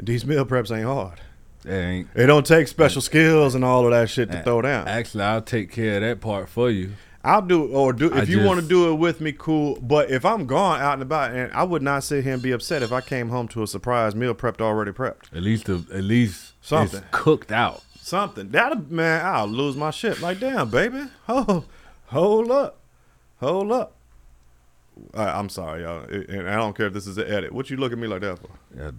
These meal preps ain't hard.
that ain't
It don't take special skills and all of that shit to
Uh,
throw down.
Actually, I'll take care of that part for you.
I'll do or do if
I
you want to
just-
do it with me, cool. But if I'm gone out and about, and I would not sit here and be upset if I came home to a surprise meal prepped already prepped.
At least, the, at least it's
Something.
cooked out.
Something. That man, I'll lose my shit. Like, damn, baby. Oh, hold up. Hold up. I, I'm sorry, y'all. It- and I don't care if this is an edit. What you look at me like that for?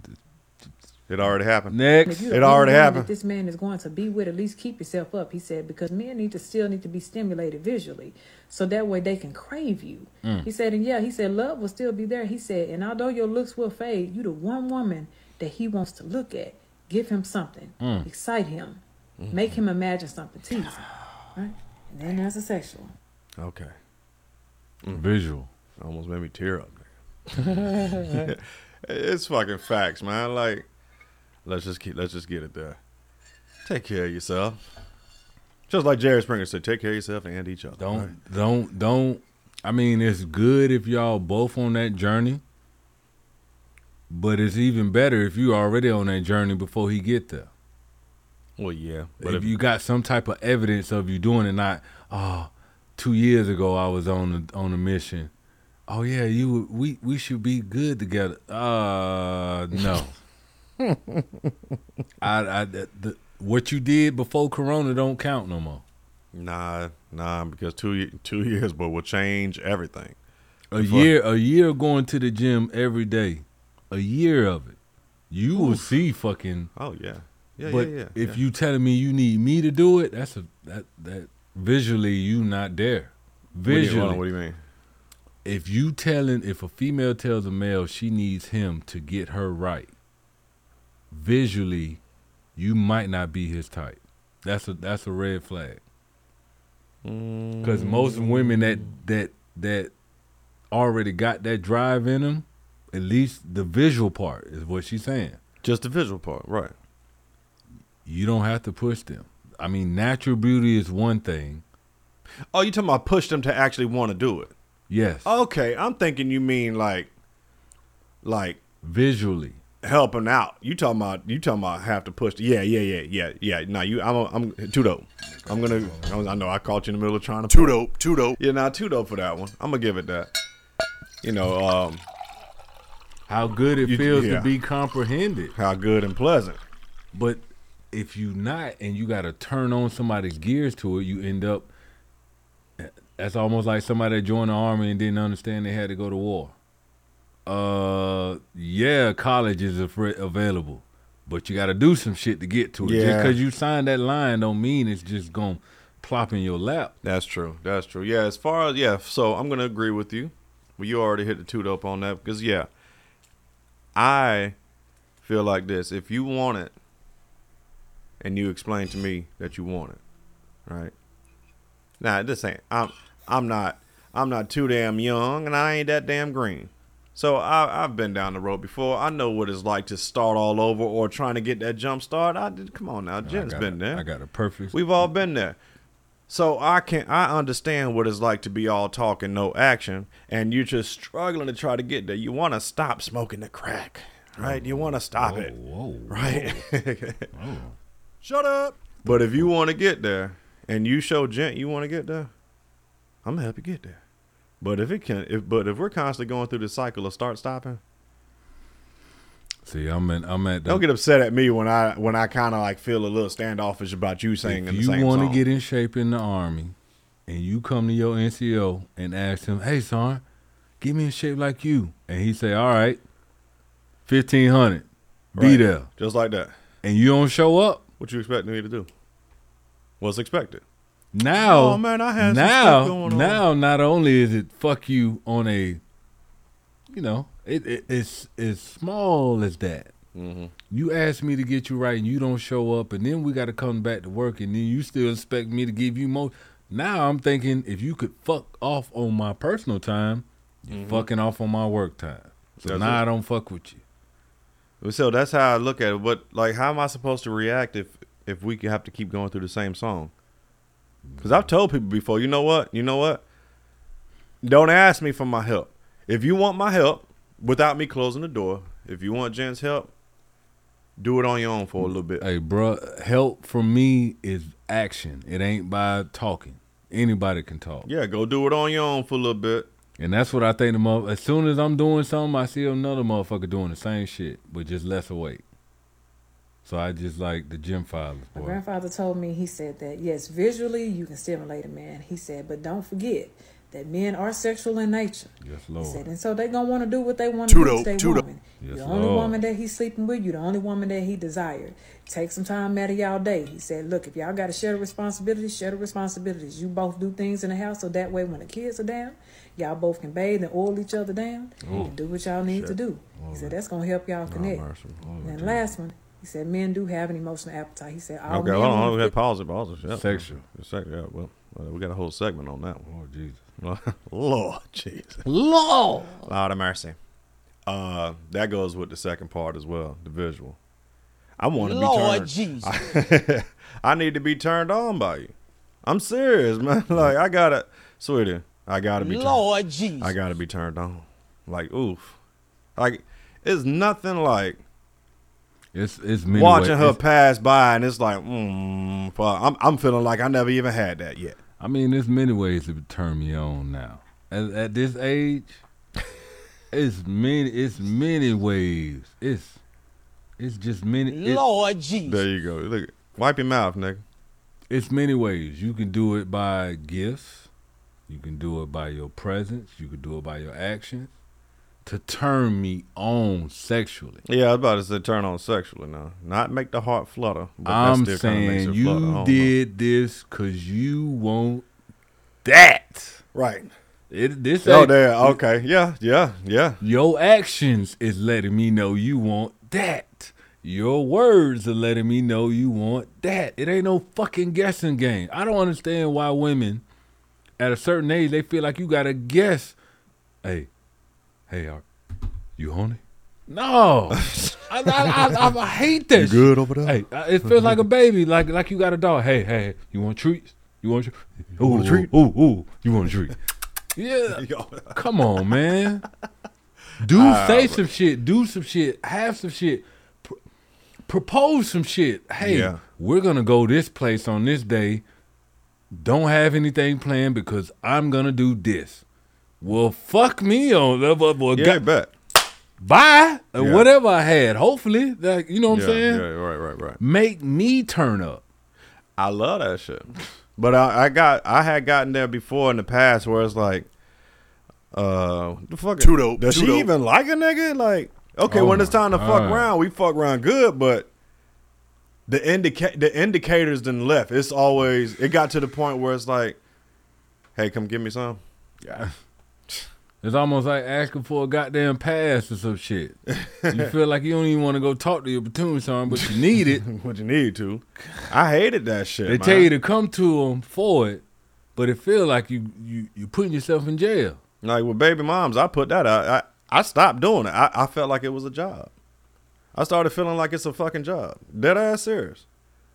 It already happened.
Next.
If you're the
It
only
already
one that
happened.
This man is going to be with. At least keep yourself up, he said, because men need to still need to be stimulated visually, so that way they can crave you.
Mm.
He said, and yeah, he said love will still be there. He said, and although your looks will fade, you the one woman that he wants to look at. Give him something,
Mm.
excite him,
Mm-hmm.
make him imagine something, tease him. Right? And then there's a sexual.
Okay. Mm-hmm.
Visual.
Almost made me tear up.
That's
it's fucking facts, man. Like, let's just keep, let's just get it there. Take care of yourself. Just like Jerry Springer said, take care of yourself and each other.
Don't don't don't. I mean, it's good if y'all both on that journey, but it's even better if you already on that journey before he get there.
Well, yeah,
But if, you got some type of evidence of you doing it, not oh, two years ago I was on a, on a mission. Oh yeah, you we we should be good together. Uh, no. I, I the, the, what you did before Corona don't count no more.
Nah, nah, because two ye- two years, but will change everything.
A
Before-
year, a year of going to the gym every day, a year of it, you will see fucking.
Oh yeah, yeah,
but
yeah, yeah.
if
yeah.
you telling me you need me to do it, that's a that that visually you not there.
What do you- hold
Visually,
on, what do you mean?
If you telling if a female tells a male she needs him to get her right, visually, you might not be his type. That's a that's a red flag. Because most women that that that already got that drive in them, at least the visual part is what she's saying.
Just the visual part, right?
You don't have to push them. I mean, natural beauty is one thing.
Oh, you talking about push them to actually want to do it?
Yes,
Oh. Okay, I'm thinking you mean like, like
visually.
helping out. You talking about you talking about have to push. Yeah, yeah, yeah, yeah, yeah. Nah, you. I'm. A, I'm too dope. I'm gonna. I was- I know I caught you in the middle of trying to too dope. Too dope. Yeah, nah, too dope for that one. I'm gonna give it that. You know, um,
how good it feels to be comprehended.
How good and pleasant.
But if you not and you got to turn on somebody's gears to it, you end up. That's almost like somebody that joined the army and didn't understand they had to go to war. Uh, yeah, college is afra- available, but you got to do some shit to get to it.
Yeah.
Just because you signed that line don't mean it's just gonna plop in your lap.
That's true. That's true. Yeah, as far as yeah, so I'm gonna agree with you. Well, you already hit the toot up on that because yeah, I feel like this. If you want it, and you explain to me that you want it, right? Nah, this ain't. I'm I'm not I'm not too damn young, and I ain't that damn green. So I, I've been down the road before. I know what it's like to start all over or trying to get that jump start. I did. Come on now, Jen's
got
been
a-
there.
I got a perfect.
We've all been there. So I can I understand what it's like to be all talk and no action, and you're just struggling to try to get there. You want to stop smoking the crack, right? you want to stop it, right?
Oh.
Shut up.
But if you want to get there, and you show gent you want to get there, I'm gonna help you get there. But if it can, if but if we're constantly going through the cycle of start stopping,
See, I'm in, I'm at. The,
don't get upset at me when I when I kind of like feel a little standoffish about you saying
if
the
you
same
wanna
song.
get in shape in the army, and you come to your NCO and ask him, "Hey, son, get me in shape like you," and he say, "All right, fifteen hundred, be
Right.
there,"
just like that,
and you don't show up.
What you expecting me to do? What's expected?
Now,
Oh, man, I had some
now,
stuff going on.
now, not only is it fuck you on a, you know, it, it it's as small as that.
Mm-hmm.
You ask me to get you right, and you don't show up, and then we got to come back to work, and then you still expect me to give you more. Now I'm thinking if you could fuck off on my personal time, you're
Mhm.
fucking off on my work time. So
That's
now
it.
I don't fuck with you.
So that's how I look at it. What like how am I supposed to react if if we could have to keep going through the same song? Because I've told people before, you know what, you know what. Don't ask me for my help. If you want my help, without me closing the door, if you want Jen's help, do it on your own for a little bit.
Hey, bruh, help for me is action. It ain't by talking. Anybody can talk.
Yeah, go do it on your own for a little bit.
And that's what I think. The mother, as soon as I'm doing something, I see another motherfucker doing the same shit, but just lesser weight. So I just like the gym fathers,
My
boy.
grandfather told me, he said that, yes, visually you can stimulate a man. He said, but don't forget that men are sexual in nature.
Yes,
He
Lord.
said, and so they going to want to do what they want to
Too
do to
dope,
their
too dope.
woman.
Yes,
You're the only
Lord.
woman that he's sleeping with, you're the only woman that he desired. Take some time out of y'all day. He said, look, if y'all got to share the responsibilities, share the responsibilities. You both do things in the house so that way when the kids are down, y'all both can bathe and oil each other down
Ooh.
and do what y'all need to
Shit.
do. He said, that's going to help y'all connect. and then last one, he said, men do have an emotional appetite. He said, all
Okay,
men
hold on.
want
hold on, Pause it. Pause it. Yeah.
Sexual.
Sexual. Yeah, well, uh, we got a whole segment on that one.
Oh Jesus.
Lord Jesus.
Lord.
Lord of mercy. Uh, that goes with the second part as well. The visual. I want to be
Lord
turned. I, need to be turned on by you. I'm serious, man. Like I gotta, sweetie. I gotta be.
Lord
turned,
Jesus.
I gotta be turned on. Like oof. Like it's nothing like
It's it's many
watching
ways-
her
it's-
pass by, and it's like, mm, fuck. I'm I'm feeling like I never even had that yet.
I mean, there's many ways to turn me on now. At, at this age, it's many. It's many ways. It's it's just many. it's-
Lord Jesus.
There you go. Look, wipe your mouth, nigga.
It's many ways. You can do it by gifts. You can do it by your presence. You can do it by your actions to turn me on sexually.
Yeah, I was about to say turn on sexually now. Not make the heart flutter. But
I'm
that still kinda makes
saying
it
you
flutter. I don't know.
did this because you want that.
Right.
It, this
Oh,
ain't-
there. Okay. Yeah. Yeah. Yeah.
Your actions is letting me know you want that. Your words are letting me know you want that. It ain't no fucking guessing game. I don't understand why women at a certain age they feel like you gotta guess. Hey, hey, are you horny? No, I, I, I, I, I hate that.
You good
shit.
over there?
Hey, I- it feels like a baby, like like you got a dog. Hey, hey, you want treats? You want treat? Ooh,
want a treat?
ooh, ooh, you want a treat? Yeah.
Yo.
Come on, man. Do
Uh,
say some shit. Do some shit. Have some shit. Pr- propose some shit. Hey,
Yeah.
we're gonna go this place on this day. Don't have anything planned because I'm gonna do this. Well, fuck me on that. Well, well,
Yeah, I
got,
bet.
Bye. or
Yeah.
Whatever I had. Hopefully, like, you know what
yeah,
I'm saying.
Yeah, right, right, right.
Make me turn up.
I love that shit. But I, I got I had gotten there before in the past where it's like, uh, the fuck,
Too dope,
Does
too
she
dope.
even like a nigga? Like, okay,
Oh
when it's
my
time to
God.
fuck around, we fuck around good, but the indica- the indicators then left. It's always it got to the point where it's like, hey, come give me some. Yeah.
It's almost like asking for a goddamn pass or some shit. You feel like you don't even want to go talk to your platoon son, but you need it.
but you need to. I hated that shit.
They
man.
tell you to come to them for it, but it feel like you you you putting yourself in jail.
Like with baby moms, I put that out. I, I stopped doing it. I, I felt like it was a job. I started feeling like it's a fucking job. Dead ass serious.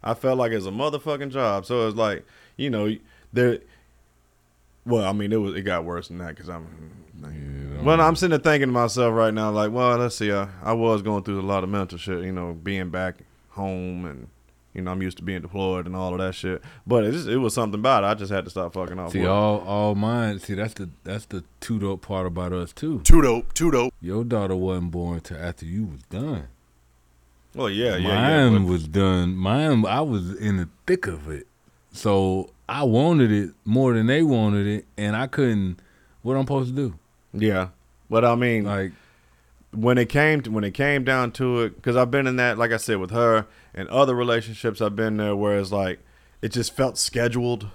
I felt like it's a motherfucking job. So it's like, you know, there. Well, I mean, it was it got worse than that because I'm. Well, I'm sitting there thinking to myself right now, like, well, let's see. I, I was going through a lot of mental shit, you know, being back home and, you know, I'm used to being deployed and all of that shit. But it, just, it was something about it. I just had to stop fucking off.
See
work.
all all mine. See that's the that's the too dope part about us too.
Too dope, too dope.
Your daughter wasn't born till after you was done.
Well, yeah, yeah, yeah.
mine was done. Mine, I was in the thick of it, so I wanted it more than they wanted it, and I couldn't. What I'm supposed to do?
Yeah, but I mean,
like
when it came to, when it came down to it, because I've been in that, like I said, with her and other relationships, I've been there where it's like it just felt scheduled.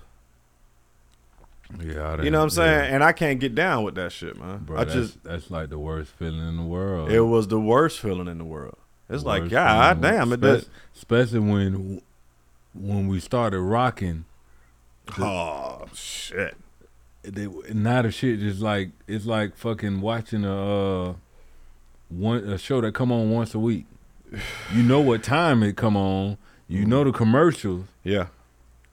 Yeah, I
You know what I'm
done- yeah.
saying? And I can't get down with that shit, man.
Bro,
I
that's,
just
that's like the worst feeling in the world.
it was the worst feeling in the world. It's like
Worst
God
feeling in the
damn it.
world.
Does,
Spec- Especially when when we started rocking. the-
oh shit!
They, now the shit just like it's like fucking watching a uh, one a show that come on once a week. You know what time it come on.
Mm.
You know the commercials.
Yeah.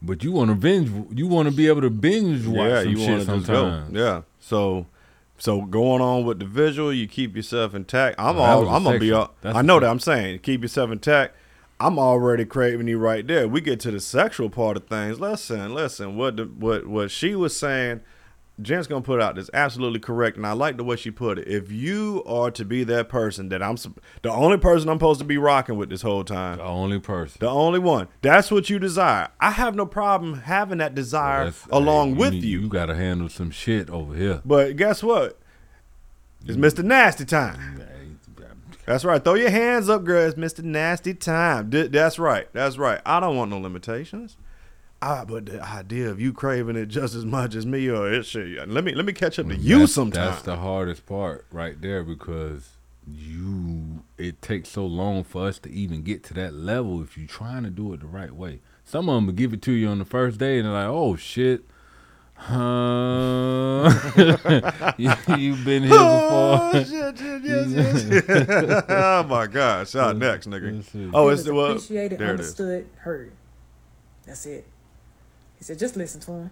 But you want to binge. You want to be able to binge watch
yeah,
some
you
shit
want to just go.
sometimes.
Yeah. So, so going on with the visual, you keep yourself intact. I'm
Well, that
all.
was a
I'm gonna be
section.
all.
That's
I
a
know
section.
that. I'm saying keep yourself intact. I'm already craving you right there. We get to the sexual part of things. Listen, listen. What the, what what she was saying, Jen's gonna put out is absolutely correct, and I like the way she put it. If you are to be that person that I'm, sup- the only person I'm supposed to be rocking with this whole time, the
only person,
the only one. That's what you desire. I have no problem having that desire
That's-
along
hey,
with
need-
you.
You got to handle some shit over here.
But guess what? It's
Mm.
Mr. Nasty time. That's right. Throw your hands up, girl. It's Mr. Nasty time. D- that's right. That's right. I don't want no limitations. Ah, but the idea of you craving it just as much as me or it shit. Let me let me catch up to you
Mm, That's-
sometime.
That's the hardest part right there because you it takes so long for us to even get to that level if you're trying to do it the right way. Some of them will give it to you on the first day and they're like, "Oh shit." Uh, you, you've been here before.
Oh, shit, shit, yes, yes. Oh, my God. Shout next, nigga.
Let's see.
Oh,
He
it's
was
the well,
appreciated,
there it is.
understood, heard. That's it. He said, just listen to him.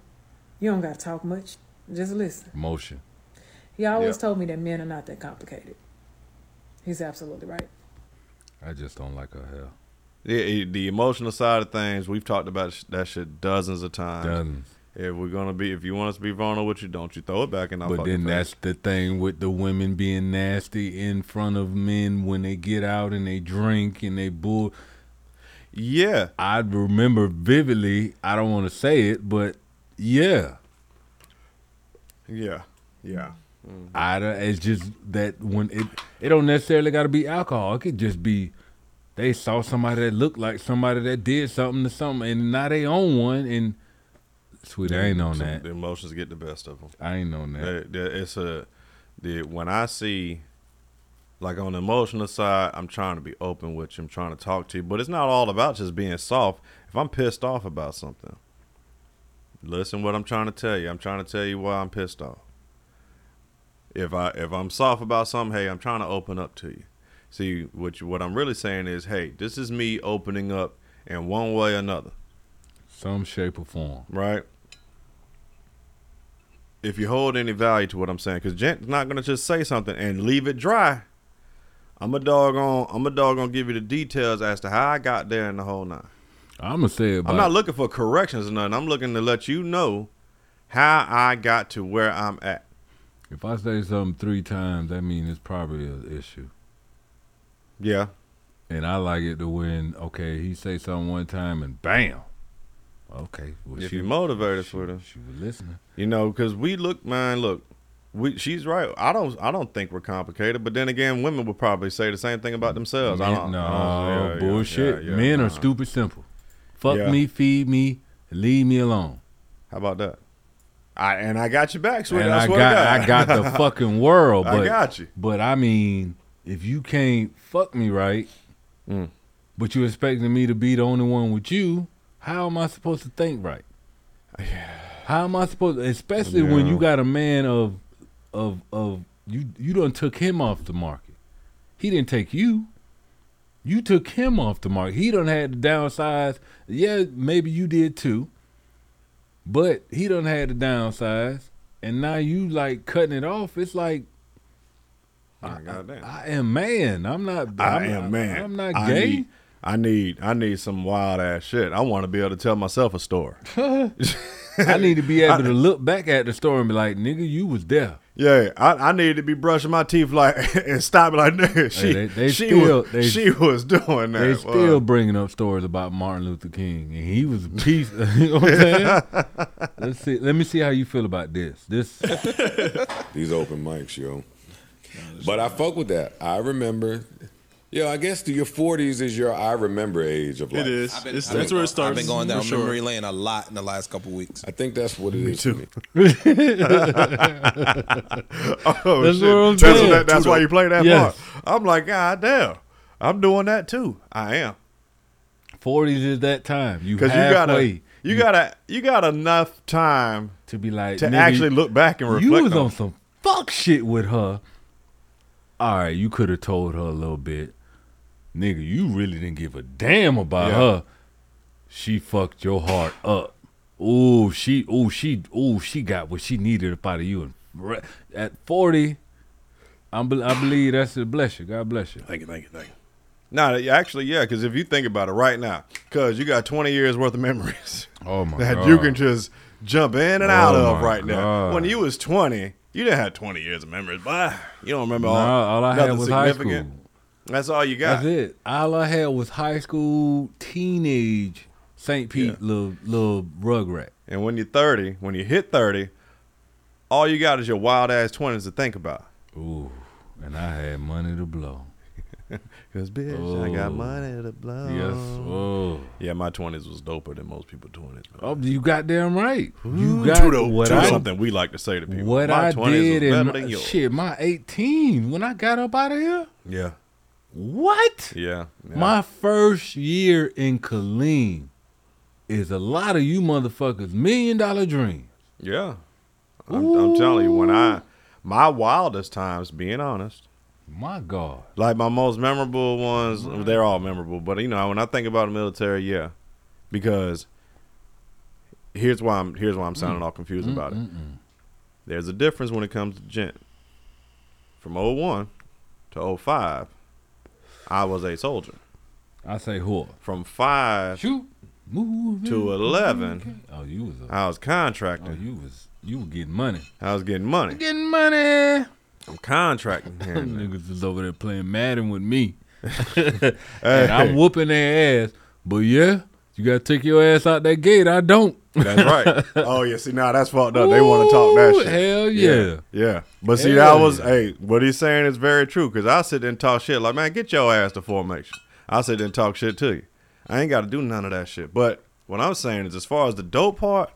You don't gotta talk much. Just listen.
Motion.
He always
Yep.
told me that men are not that complicated. He's absolutely right.
I just don't like her hair.
Yeah, it- the emotional side of things, we've talked about sh- that shit dozens of times.
Dozens.
If we're gonna be, if you want us to be vulnerable with you, don't you throw it back in our
But
fucking
then
face.
that's the thing with the women being nasty in front of men when they get out and they drink and they bull.
Yeah.
I remember vividly, I don't want to say it, but yeah.
Yeah. Yeah.
I don't- it's just that when it it don't necessarily got to be alcohol. It could just be they saw somebody that looked like somebody that did something to something, and now they own one. And sweet, I ain't on
So
that.
The emotions get the best of them.
I ain't on that.
It's a the when I see like on the emotional side, I'm trying to be open with you. I'm trying to talk to you, but it's not all about just being soft. If I'm pissed off about something, listen what I'm trying to tell you. I'm trying to tell you why I'm pissed off. If I if I'm soft about something, hey, I'm trying to open up to you. See what you, what I'm really saying is, hey, this is me opening up in one way or another.
Some shape or form.
Right. if you hold any value to what I'm saying, because Gent's not gonna just say something and leave it dry. I'm a doggone. I'm a doggone give you the details as to how I got there and the whole nine.
I'm gonna say about.
I'm not looking for corrections or nothing. I'm looking to let you know how I got to where I'm at.
if I say something three times, that means it's probably an issue.
Yeah.
And I like it to when okay, he say something one time and bam. Okay, well,
if
she-
you motivate us with her, she
was listening.
You know, because we look, man, look, we she's right. I don't, I don't think we're complicated, but then again, women would probably say the same thing about themselves. I
Men-
don't,
no,
I don't- yeah, yeah,
bullshit.
yeah, yeah,
Men
nah.
are stupid simple. Fuck
Yeah.
me, feed me, and leave me alone.
How about that? I and I got your back, sweetie.
and
I,
I
swear to
got I
God.
got the fucking world.
I
But,
got you.
But I mean, if you can't fuck me right, but you expecting me to be the only one with you, how am I supposed to think right? How am I supposed? Especially when
Yeah.
you got a man of of of you you done took him off the market. He didn't take you. You took him off the market. He done had the downsides. Yeah, maybe you did too. But he done had the downsides, and now you like cutting it off. It's like
I, goddamn.
I am man. I'm not.
I
I'm
am
not-
man.
I'm not
I
gay.
need- I need I need some wild ass shit. I want to be able to tell myself a story.
I need to be able to look back at the story and be like, nigga, you was there.
Yeah, I, I need to be brushing my teeth like and stop like nigga. She
Hey, they, they
she
still,
was
they,
she was doing that.
They
boy.
still bringing up stories about Martin Luther King, and he was a piece. you know what I'm saying? Let's see. Let me see how you feel about this. This
These open mics, yo. But I fuck with that. I remember. Yeah, I guess the, your 40s is your I remember age of life.
I've been- I've been going- I've been going down memory lane a lot in the last couple weeks.
I think that's what it
Me
is
too.
to me.
oh,
That's
shit.
what I'm
that's,
saying.
that- that's why you play that
Yes.
part. I'm like, God damn. I'm doing that too. I am.
forties is that time. You
Because you gotta
halfway.
you, gotta you got enough time
to be like
to
nigga,
actually look back and reflect.
You was
on
on,
it.
some fuck shit with her. All right, you could have told her a little bit, nigga. You really didn't give a damn about
Yeah.
her. She fucked your heart up. Ooh, she, ooh, she, ooh, she got what she needed up out of you. And re- at forty, I'm, be- I believe that's a bless you. God bless you.
Thank you, thank you, thank you.
Nah, that- actually, yeah, because if you think about it right now, because you got 20 years worth of memories
Oh my
that you
God.
can just jump in and out
Oh
of
my
right now.
God.
When you was 20, you didn't have 20 years of memories, but you don't remember all,
Nah, all I had
nothing
was high
significant. That's all you got.
That's it. All I had was high school, teenage, St. Pete, little little rug rat.
And when you're 30, when you hit 30, all you got is your wild ass 20s to think about.
Ooh, and I had money to blow.
Cause bitch, I got
Oh.
money to blow.
Yes.
Um,
Oh.
Yeah, my 20s was doper than most people's 20s.
Oh, you goddamn right. You
Ooh,
got
Trudeau,
what
Trudeau.
I,
something we like to say to people.
What
My
I
20s was
did in
better
my,
than yours.
shit, my eighteen when I got up out of here.
Yeah.
What?
Yeah. yeah.
My first year in Killeen is a lot of you motherfuckers million dollar dream.
Yeah. I'm, I'm telling you, when I my wildest times, being honest.
My God.
Like my most memorable ones, they're all memorable, but you know, when I think about the military, yeah. Because here's why I'm here's why I'm
Mm.
sounding all confused about it. There's a difference when it comes to gent. From 01 to 05, I was a soldier.
I say whore.
From 5
Mm,
to 11,
Oh, you was oh,
I was contracting.
you was you were getting money.
I was getting money.
getting money.
I'm contracting here and there.
Niggas is over there playing Madden with me. and I'm whooping their ass. But yeah, you gotta take your ass out that gate. I don't.
That's right. Oh yeah. See, now that's fucked up. They want to talk that
Ooh,
shit.
hell
yeah.
yeah.
Yeah. But see,
Hell
that was
yeah.
hey. What he's saying is very true. Cause I sit there and talk shit like, man, get your ass to formation. I sit there and talk shit to you. I ain't got to do none of that shit. But what I'm saying is, as far as the dope part.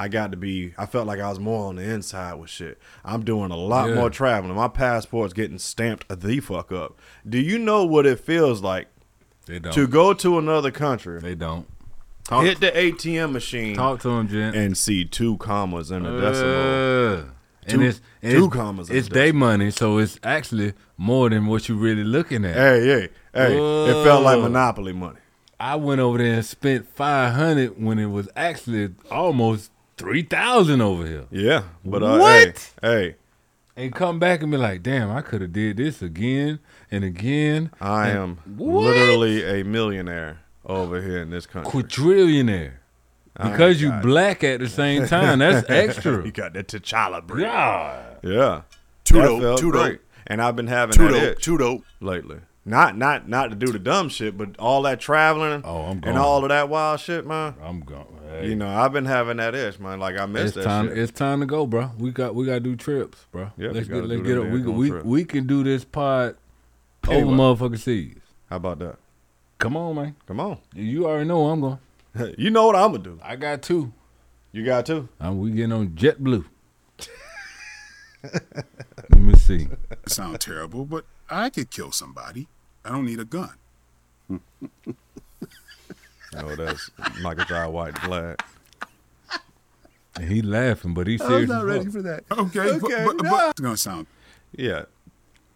I got to be. I felt like I was more on the inside with shit. I'm doing a lot
Yeah.
more traveling. My passport's getting stamped the fuck up. Do you know what it feels like
They don't.
to go to another country?
They don't.
hit the ATM machine.
Talk Uh, to him, Jen.
and see two commas in a decimal.
and
Two-
it's and
two
it's,
commas in
It's
the
day money, so it's actually more than what you really looking at.
Hey, hey, hey! It felt like
Whoa.
Monopoly money.
I went over there and spent five hundred when it was actually almost three thousand over here.
Yeah, but uh,
what?
Hey,
and come back and be like, damn, I could have did this again and again.
I
and-
am
What?
literally a millionaire over here in this country.
quadrillionaire
Oh,
because you
God.
black at the same time. That's extra.
you got that T'Challa bread.
God.
Yeah.
Too
That
dope,
felt
too dope.
great. And I've been having
Too
that
dope,
itch lately. Not not not to do the dumb shit, but all that traveling
oh, I'm gone.
and all of that wild shit, man.
I'm gone.
You know, I've been having that itch, man. Like I miss
It's
that
time.
shit.
It's time to go, bro. We got we got to do trips, bro.
Yeah,
let's
we
get
gotta
let's
do
get
them
up. We,
daggone
we,
trips.
we can do this pod
Anyway.
over motherfucking seas.
How about that?
Come on, man.
Come on.
You already know where I'm going.
you know what I'm gonna do.
I got two.
You got two.
Um, we getting on JetBlue. Let me see.
Sound terrible, but I could kill somebody. I don't need a gun.
Oh, that's Michael Jai White Black.
And he laughing, but he's
I'm
serious.
not
as
ready
fuck.
for that. Okay, but-
Okay,
but, but,
nah.
it's gonna sound.
Yeah,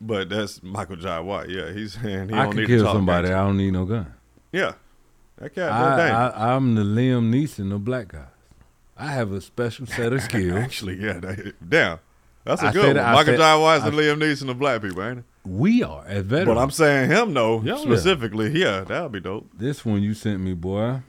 but that's Michael Jai White. Yeah, he's saying he
I
don't
can
need
kill
to talk
somebody.
gangsta.
I don't need no gun.
Yeah, that cat. no
I,
thing.
I, I'm the Liam Neeson of black guys. I have a special set of skills.
Actually, yeah, that, damn, that's a
I
good
said-
one.
I
Michael
said-
Jai White's
I-
and Liam Neeson of black people, ain't it?
We are as veterans.
But I'm saying him though
Yeah, yeah.
specifically. Yeah, that would be dope.
This one you sent me, boy.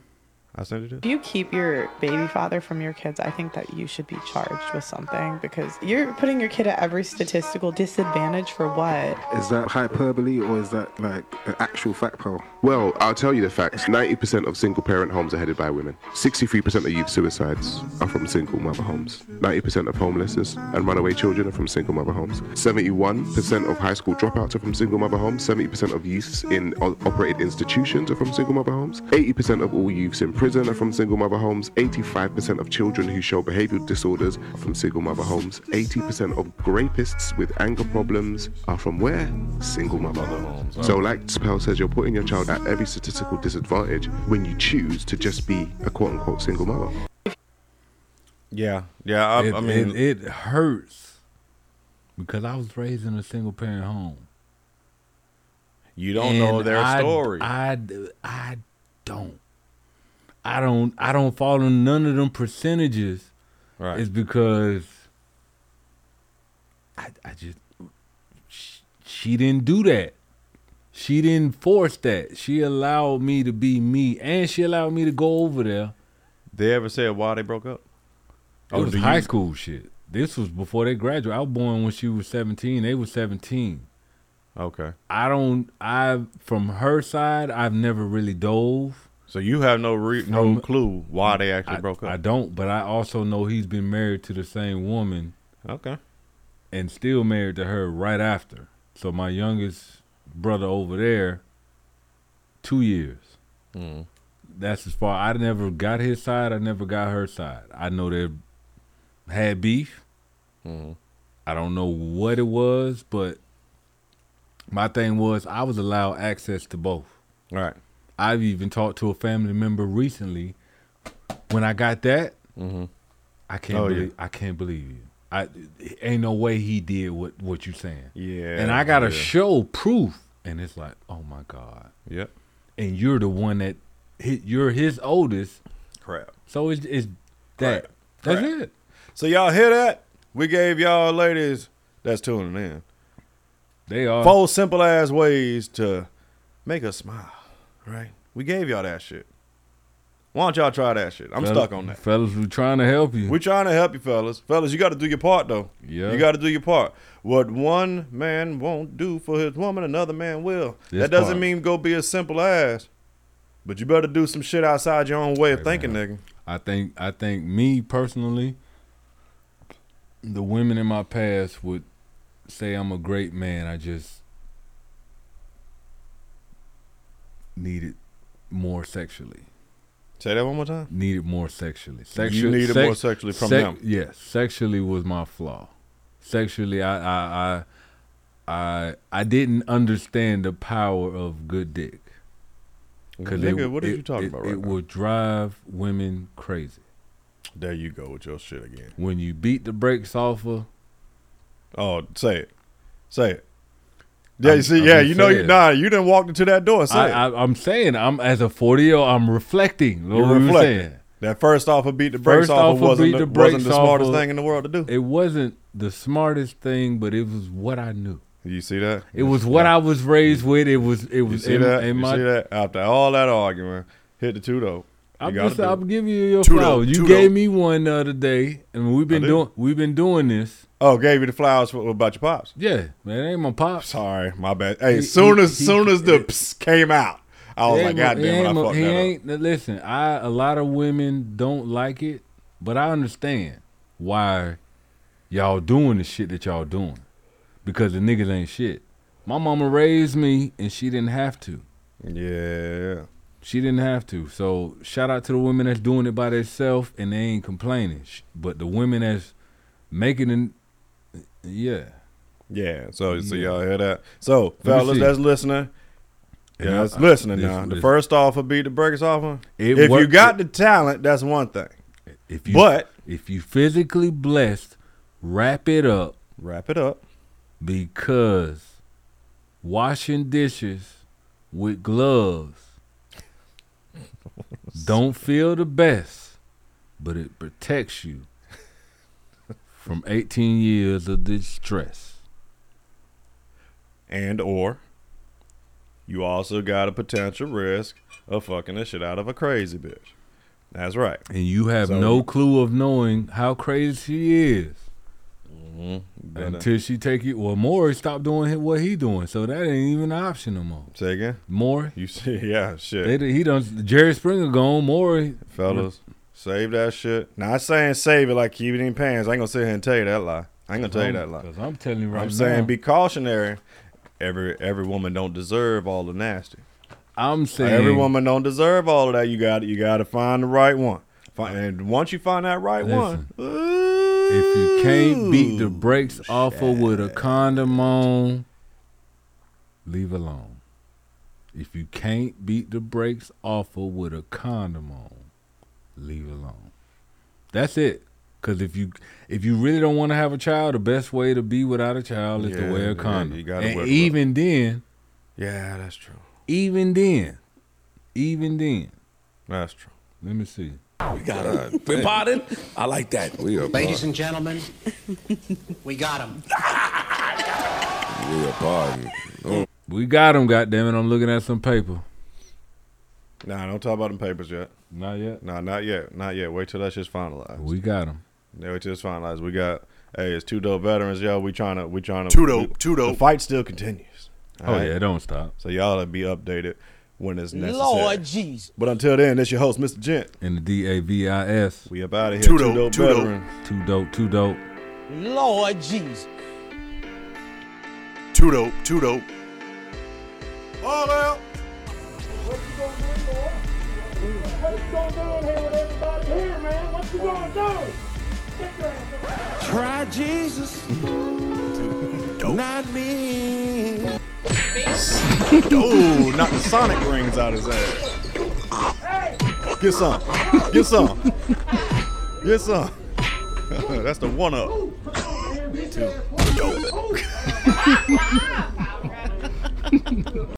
I sent it
If you keep your baby father from your kids, I think that you should be charged with something because you're putting your kid at every statistical disadvantage for what?
Is that hyperbole or is that like an actual fact poll?
Well, I'll tell you the facts. 90% of single parent homes are headed by women. 63% of youth suicides are from single mother homes. 90% of homelessness and runaway children are from single mother homes. 71% of high school dropouts are from single mother homes. 70% of youths in o- operated institutions are from single mother homes. 80% of all youths in prison are from single mother homes. 85% of children who show behavioral disorders are from single mother homes. 80% of rapists with anger problems are from where? Single mother homes. So, like Spell says, you're putting your child at every statistical disadvantage when you choose to just be a quote unquote single mother.
Yeah, yeah. I,
it,
I mean,
it, it hurts because I was raised in a single parent home.
you don't know
And
their
I-
story.
I, I don't. I don't. I don't follow none of them percentages.
Right.
It's because I, I just she, she didn't do that. She didn't force that. She allowed me to be me, and she allowed me to go over there.
they ever said why they broke up? Oh,
It was high school shit. This was before they graduated. I was born when she was seventeen. They were seventeen.
Okay.
I don't. I from her side, I've never really dove.
So you have no re- no
From-
clue why they actually broke up.
I don't, but I also know he's been married to the same woman.
Okay.
And still married to her right after. So my youngest brother over there, two years.
Mm.
That's as far. I never got his side. I never got her side. I know they had beef. I don't know what it was, but my thing was I was allowed access to both.
Right.
I've even talked to a family member recently. When I got that, I can't
Mm-hmm. Oh, yeah.
believe I can't believe you. I ain't no way he did what what you saying.
Yeah.
and I gotta
yeah.
show proof, and it's like, oh my god.
Yep.
And you're the one that hit, you're his oldest.
Crap.
So it's, it's that. That's
Correct.
it.
So y'all hear that? We gave y'all ladies that's tuning in.
They are
four simple ass ways to make us smile. Right? We gave y'all that shit. Why don't y'all try that shit? I'm
Fellas-
stuck on that.
Fellas, we're trying to help you.
We trying to help you, fellas. Fellas, you got to do your part though.
Yeah.
You got to do your part. What one man won't do for his woman, another man will.
This
that doesn't
part.
mean go be a simple ass. But you better do some shit outside your own way of thinking, nigga.
I think I think me personally, the women in my past would say I'm a great man. I just needed more sexually.
Say that one more time.
Needed more sexually.
You needed more sexually from them.
Yes, sexually was my flaw. Sexually, I I I I, I didn't understand the power of good dick. 'Cause it-
Nigga, what are
it-
you talking
it-
about right
It
now?
will drive women crazy.
There you go with your shit again.
When you beat the brakes off of
Oh, say it. Say it. Yeah,
I'm-
you see,
I'm
yeah,
just
you know, you,
saying.
nah, you didn't walk into that door. Say
I,
it.
I, I'm saying I'm as a 40 year old, I'm reflecting.
You're
What we were
reflecting.
saying.
That first off of beat the brakes off of wasn't the, wasn't the smartest thing in the world to do.
It wasn't the smartest thing, but it was what I knew.
You see that?
It was what I was raised with. It was it
You
was
see
in,
that?
in
you
my
see that? After all that arguing, hit the two though.
I'm
You gotta
just
do it.
I'm giving you your
Two
flowers.
dope,
You
two
gave
dope.
me one the other day, and we've been
did?
doing we've been doing this.
Oh, gave you the flowers for, about your pops.
Yeah, man, it ain't my pops.
Sorry, my bad. Hey, soon as soon as the ps came out, I was
He
like,
ain't mo-
God
he
damn, it, I
ain't mo-
fucked
he
that up.
ain't, Listen, I a lot of women don't like it, but I understand why y'all doing the shit that y'all doing because the niggas ain't shit. My mama raised me, and she didn't have to.
Yeah,
she didn't have to. So shout out to the women that's doing it by themselves and they ain't complaining. Sh- But the women that's making it, yeah.
Yeah. So so y'all hear that? So
Let me
fellas,
see.
that's listening. Yeah,
And I-
that's listening
this-
now. The
this-
first offer beat the breakers offer.
It
if you
worked-
got the talent, that's one thing.
If you,
But-
if you physically blessed, wrap it up.
Wrap it up.
Because washing dishes with gloves don't feel the best, but it protects you from 18 years of distress.
And or you also got a potential risk of fucking the shit out of a crazy bitch. That's right.
And you have
So-
no clue of knowing how crazy she is
Mhm. But, uh,
until she take you. Well, Maury stopped doing hi- what he doing, so that ain't even an option no more.
Say again,
Maury.
You see, yeah, shit.
They, done- he done. Jerry Springer gone. Maury,
fellas. Save that shit. Now I saying save it like keep it in pants. I ain't gonna sit here and tell you that lie. I ain't gonna tell you that lie.
Because I'm telling you right
I'm
now.
saying be cautionary. Every every woman don't deserve all the nasty.
I'm saying
every woman don't deserve all of that. You got you got to find the right one. Find, and once you find that right one,
if you can't beat the brakes off her with a condom on, leave alone. If you can't beat the brakes off her with a condom on, leave alone. That's it. Cause if you if you really don't want to have a child, the best way to be without a child is
Yeah,
to wear
yeah,
a condom.
you gotta
and
wear it.
even then,
yeah, that's true.
Even then, even then,
that's true.
Let me see.
We got it. We're potted. I like that.
We are
Ladies and gentlemen, we got him.
We are pardon.
We got him. Goddamn it! I'm looking at some paper.
Nah, don't talk about them papers yet.
Not yet.
Nah, not yet. Not yet. Wait till that shit's finalized.
We got him.
Yeah, wait till it's finalized. We got hey, it's two dope veterans, yo. We trying to we trying to
Two dope, two
The
dope.
fight still continues.
Oh, yeah, it don't stop.
So y'all to be updated when it's necessary.
Lord Jesus.
But until then, it's your host, Mr. Gent.
And the D A V I S.
We up out of here.
Two
Two dope,
two dope,
veterans.
two dope, two dope.
Lord Jesus. Too dope, too dope.
All out. What you gonna do, boy? What you gonna do in here with everybody here, man? What you gonna do?
Try Jesus. Not me.
oh, knock the sonic rings out his ass. Get some. Get some. Get some. That's the one up.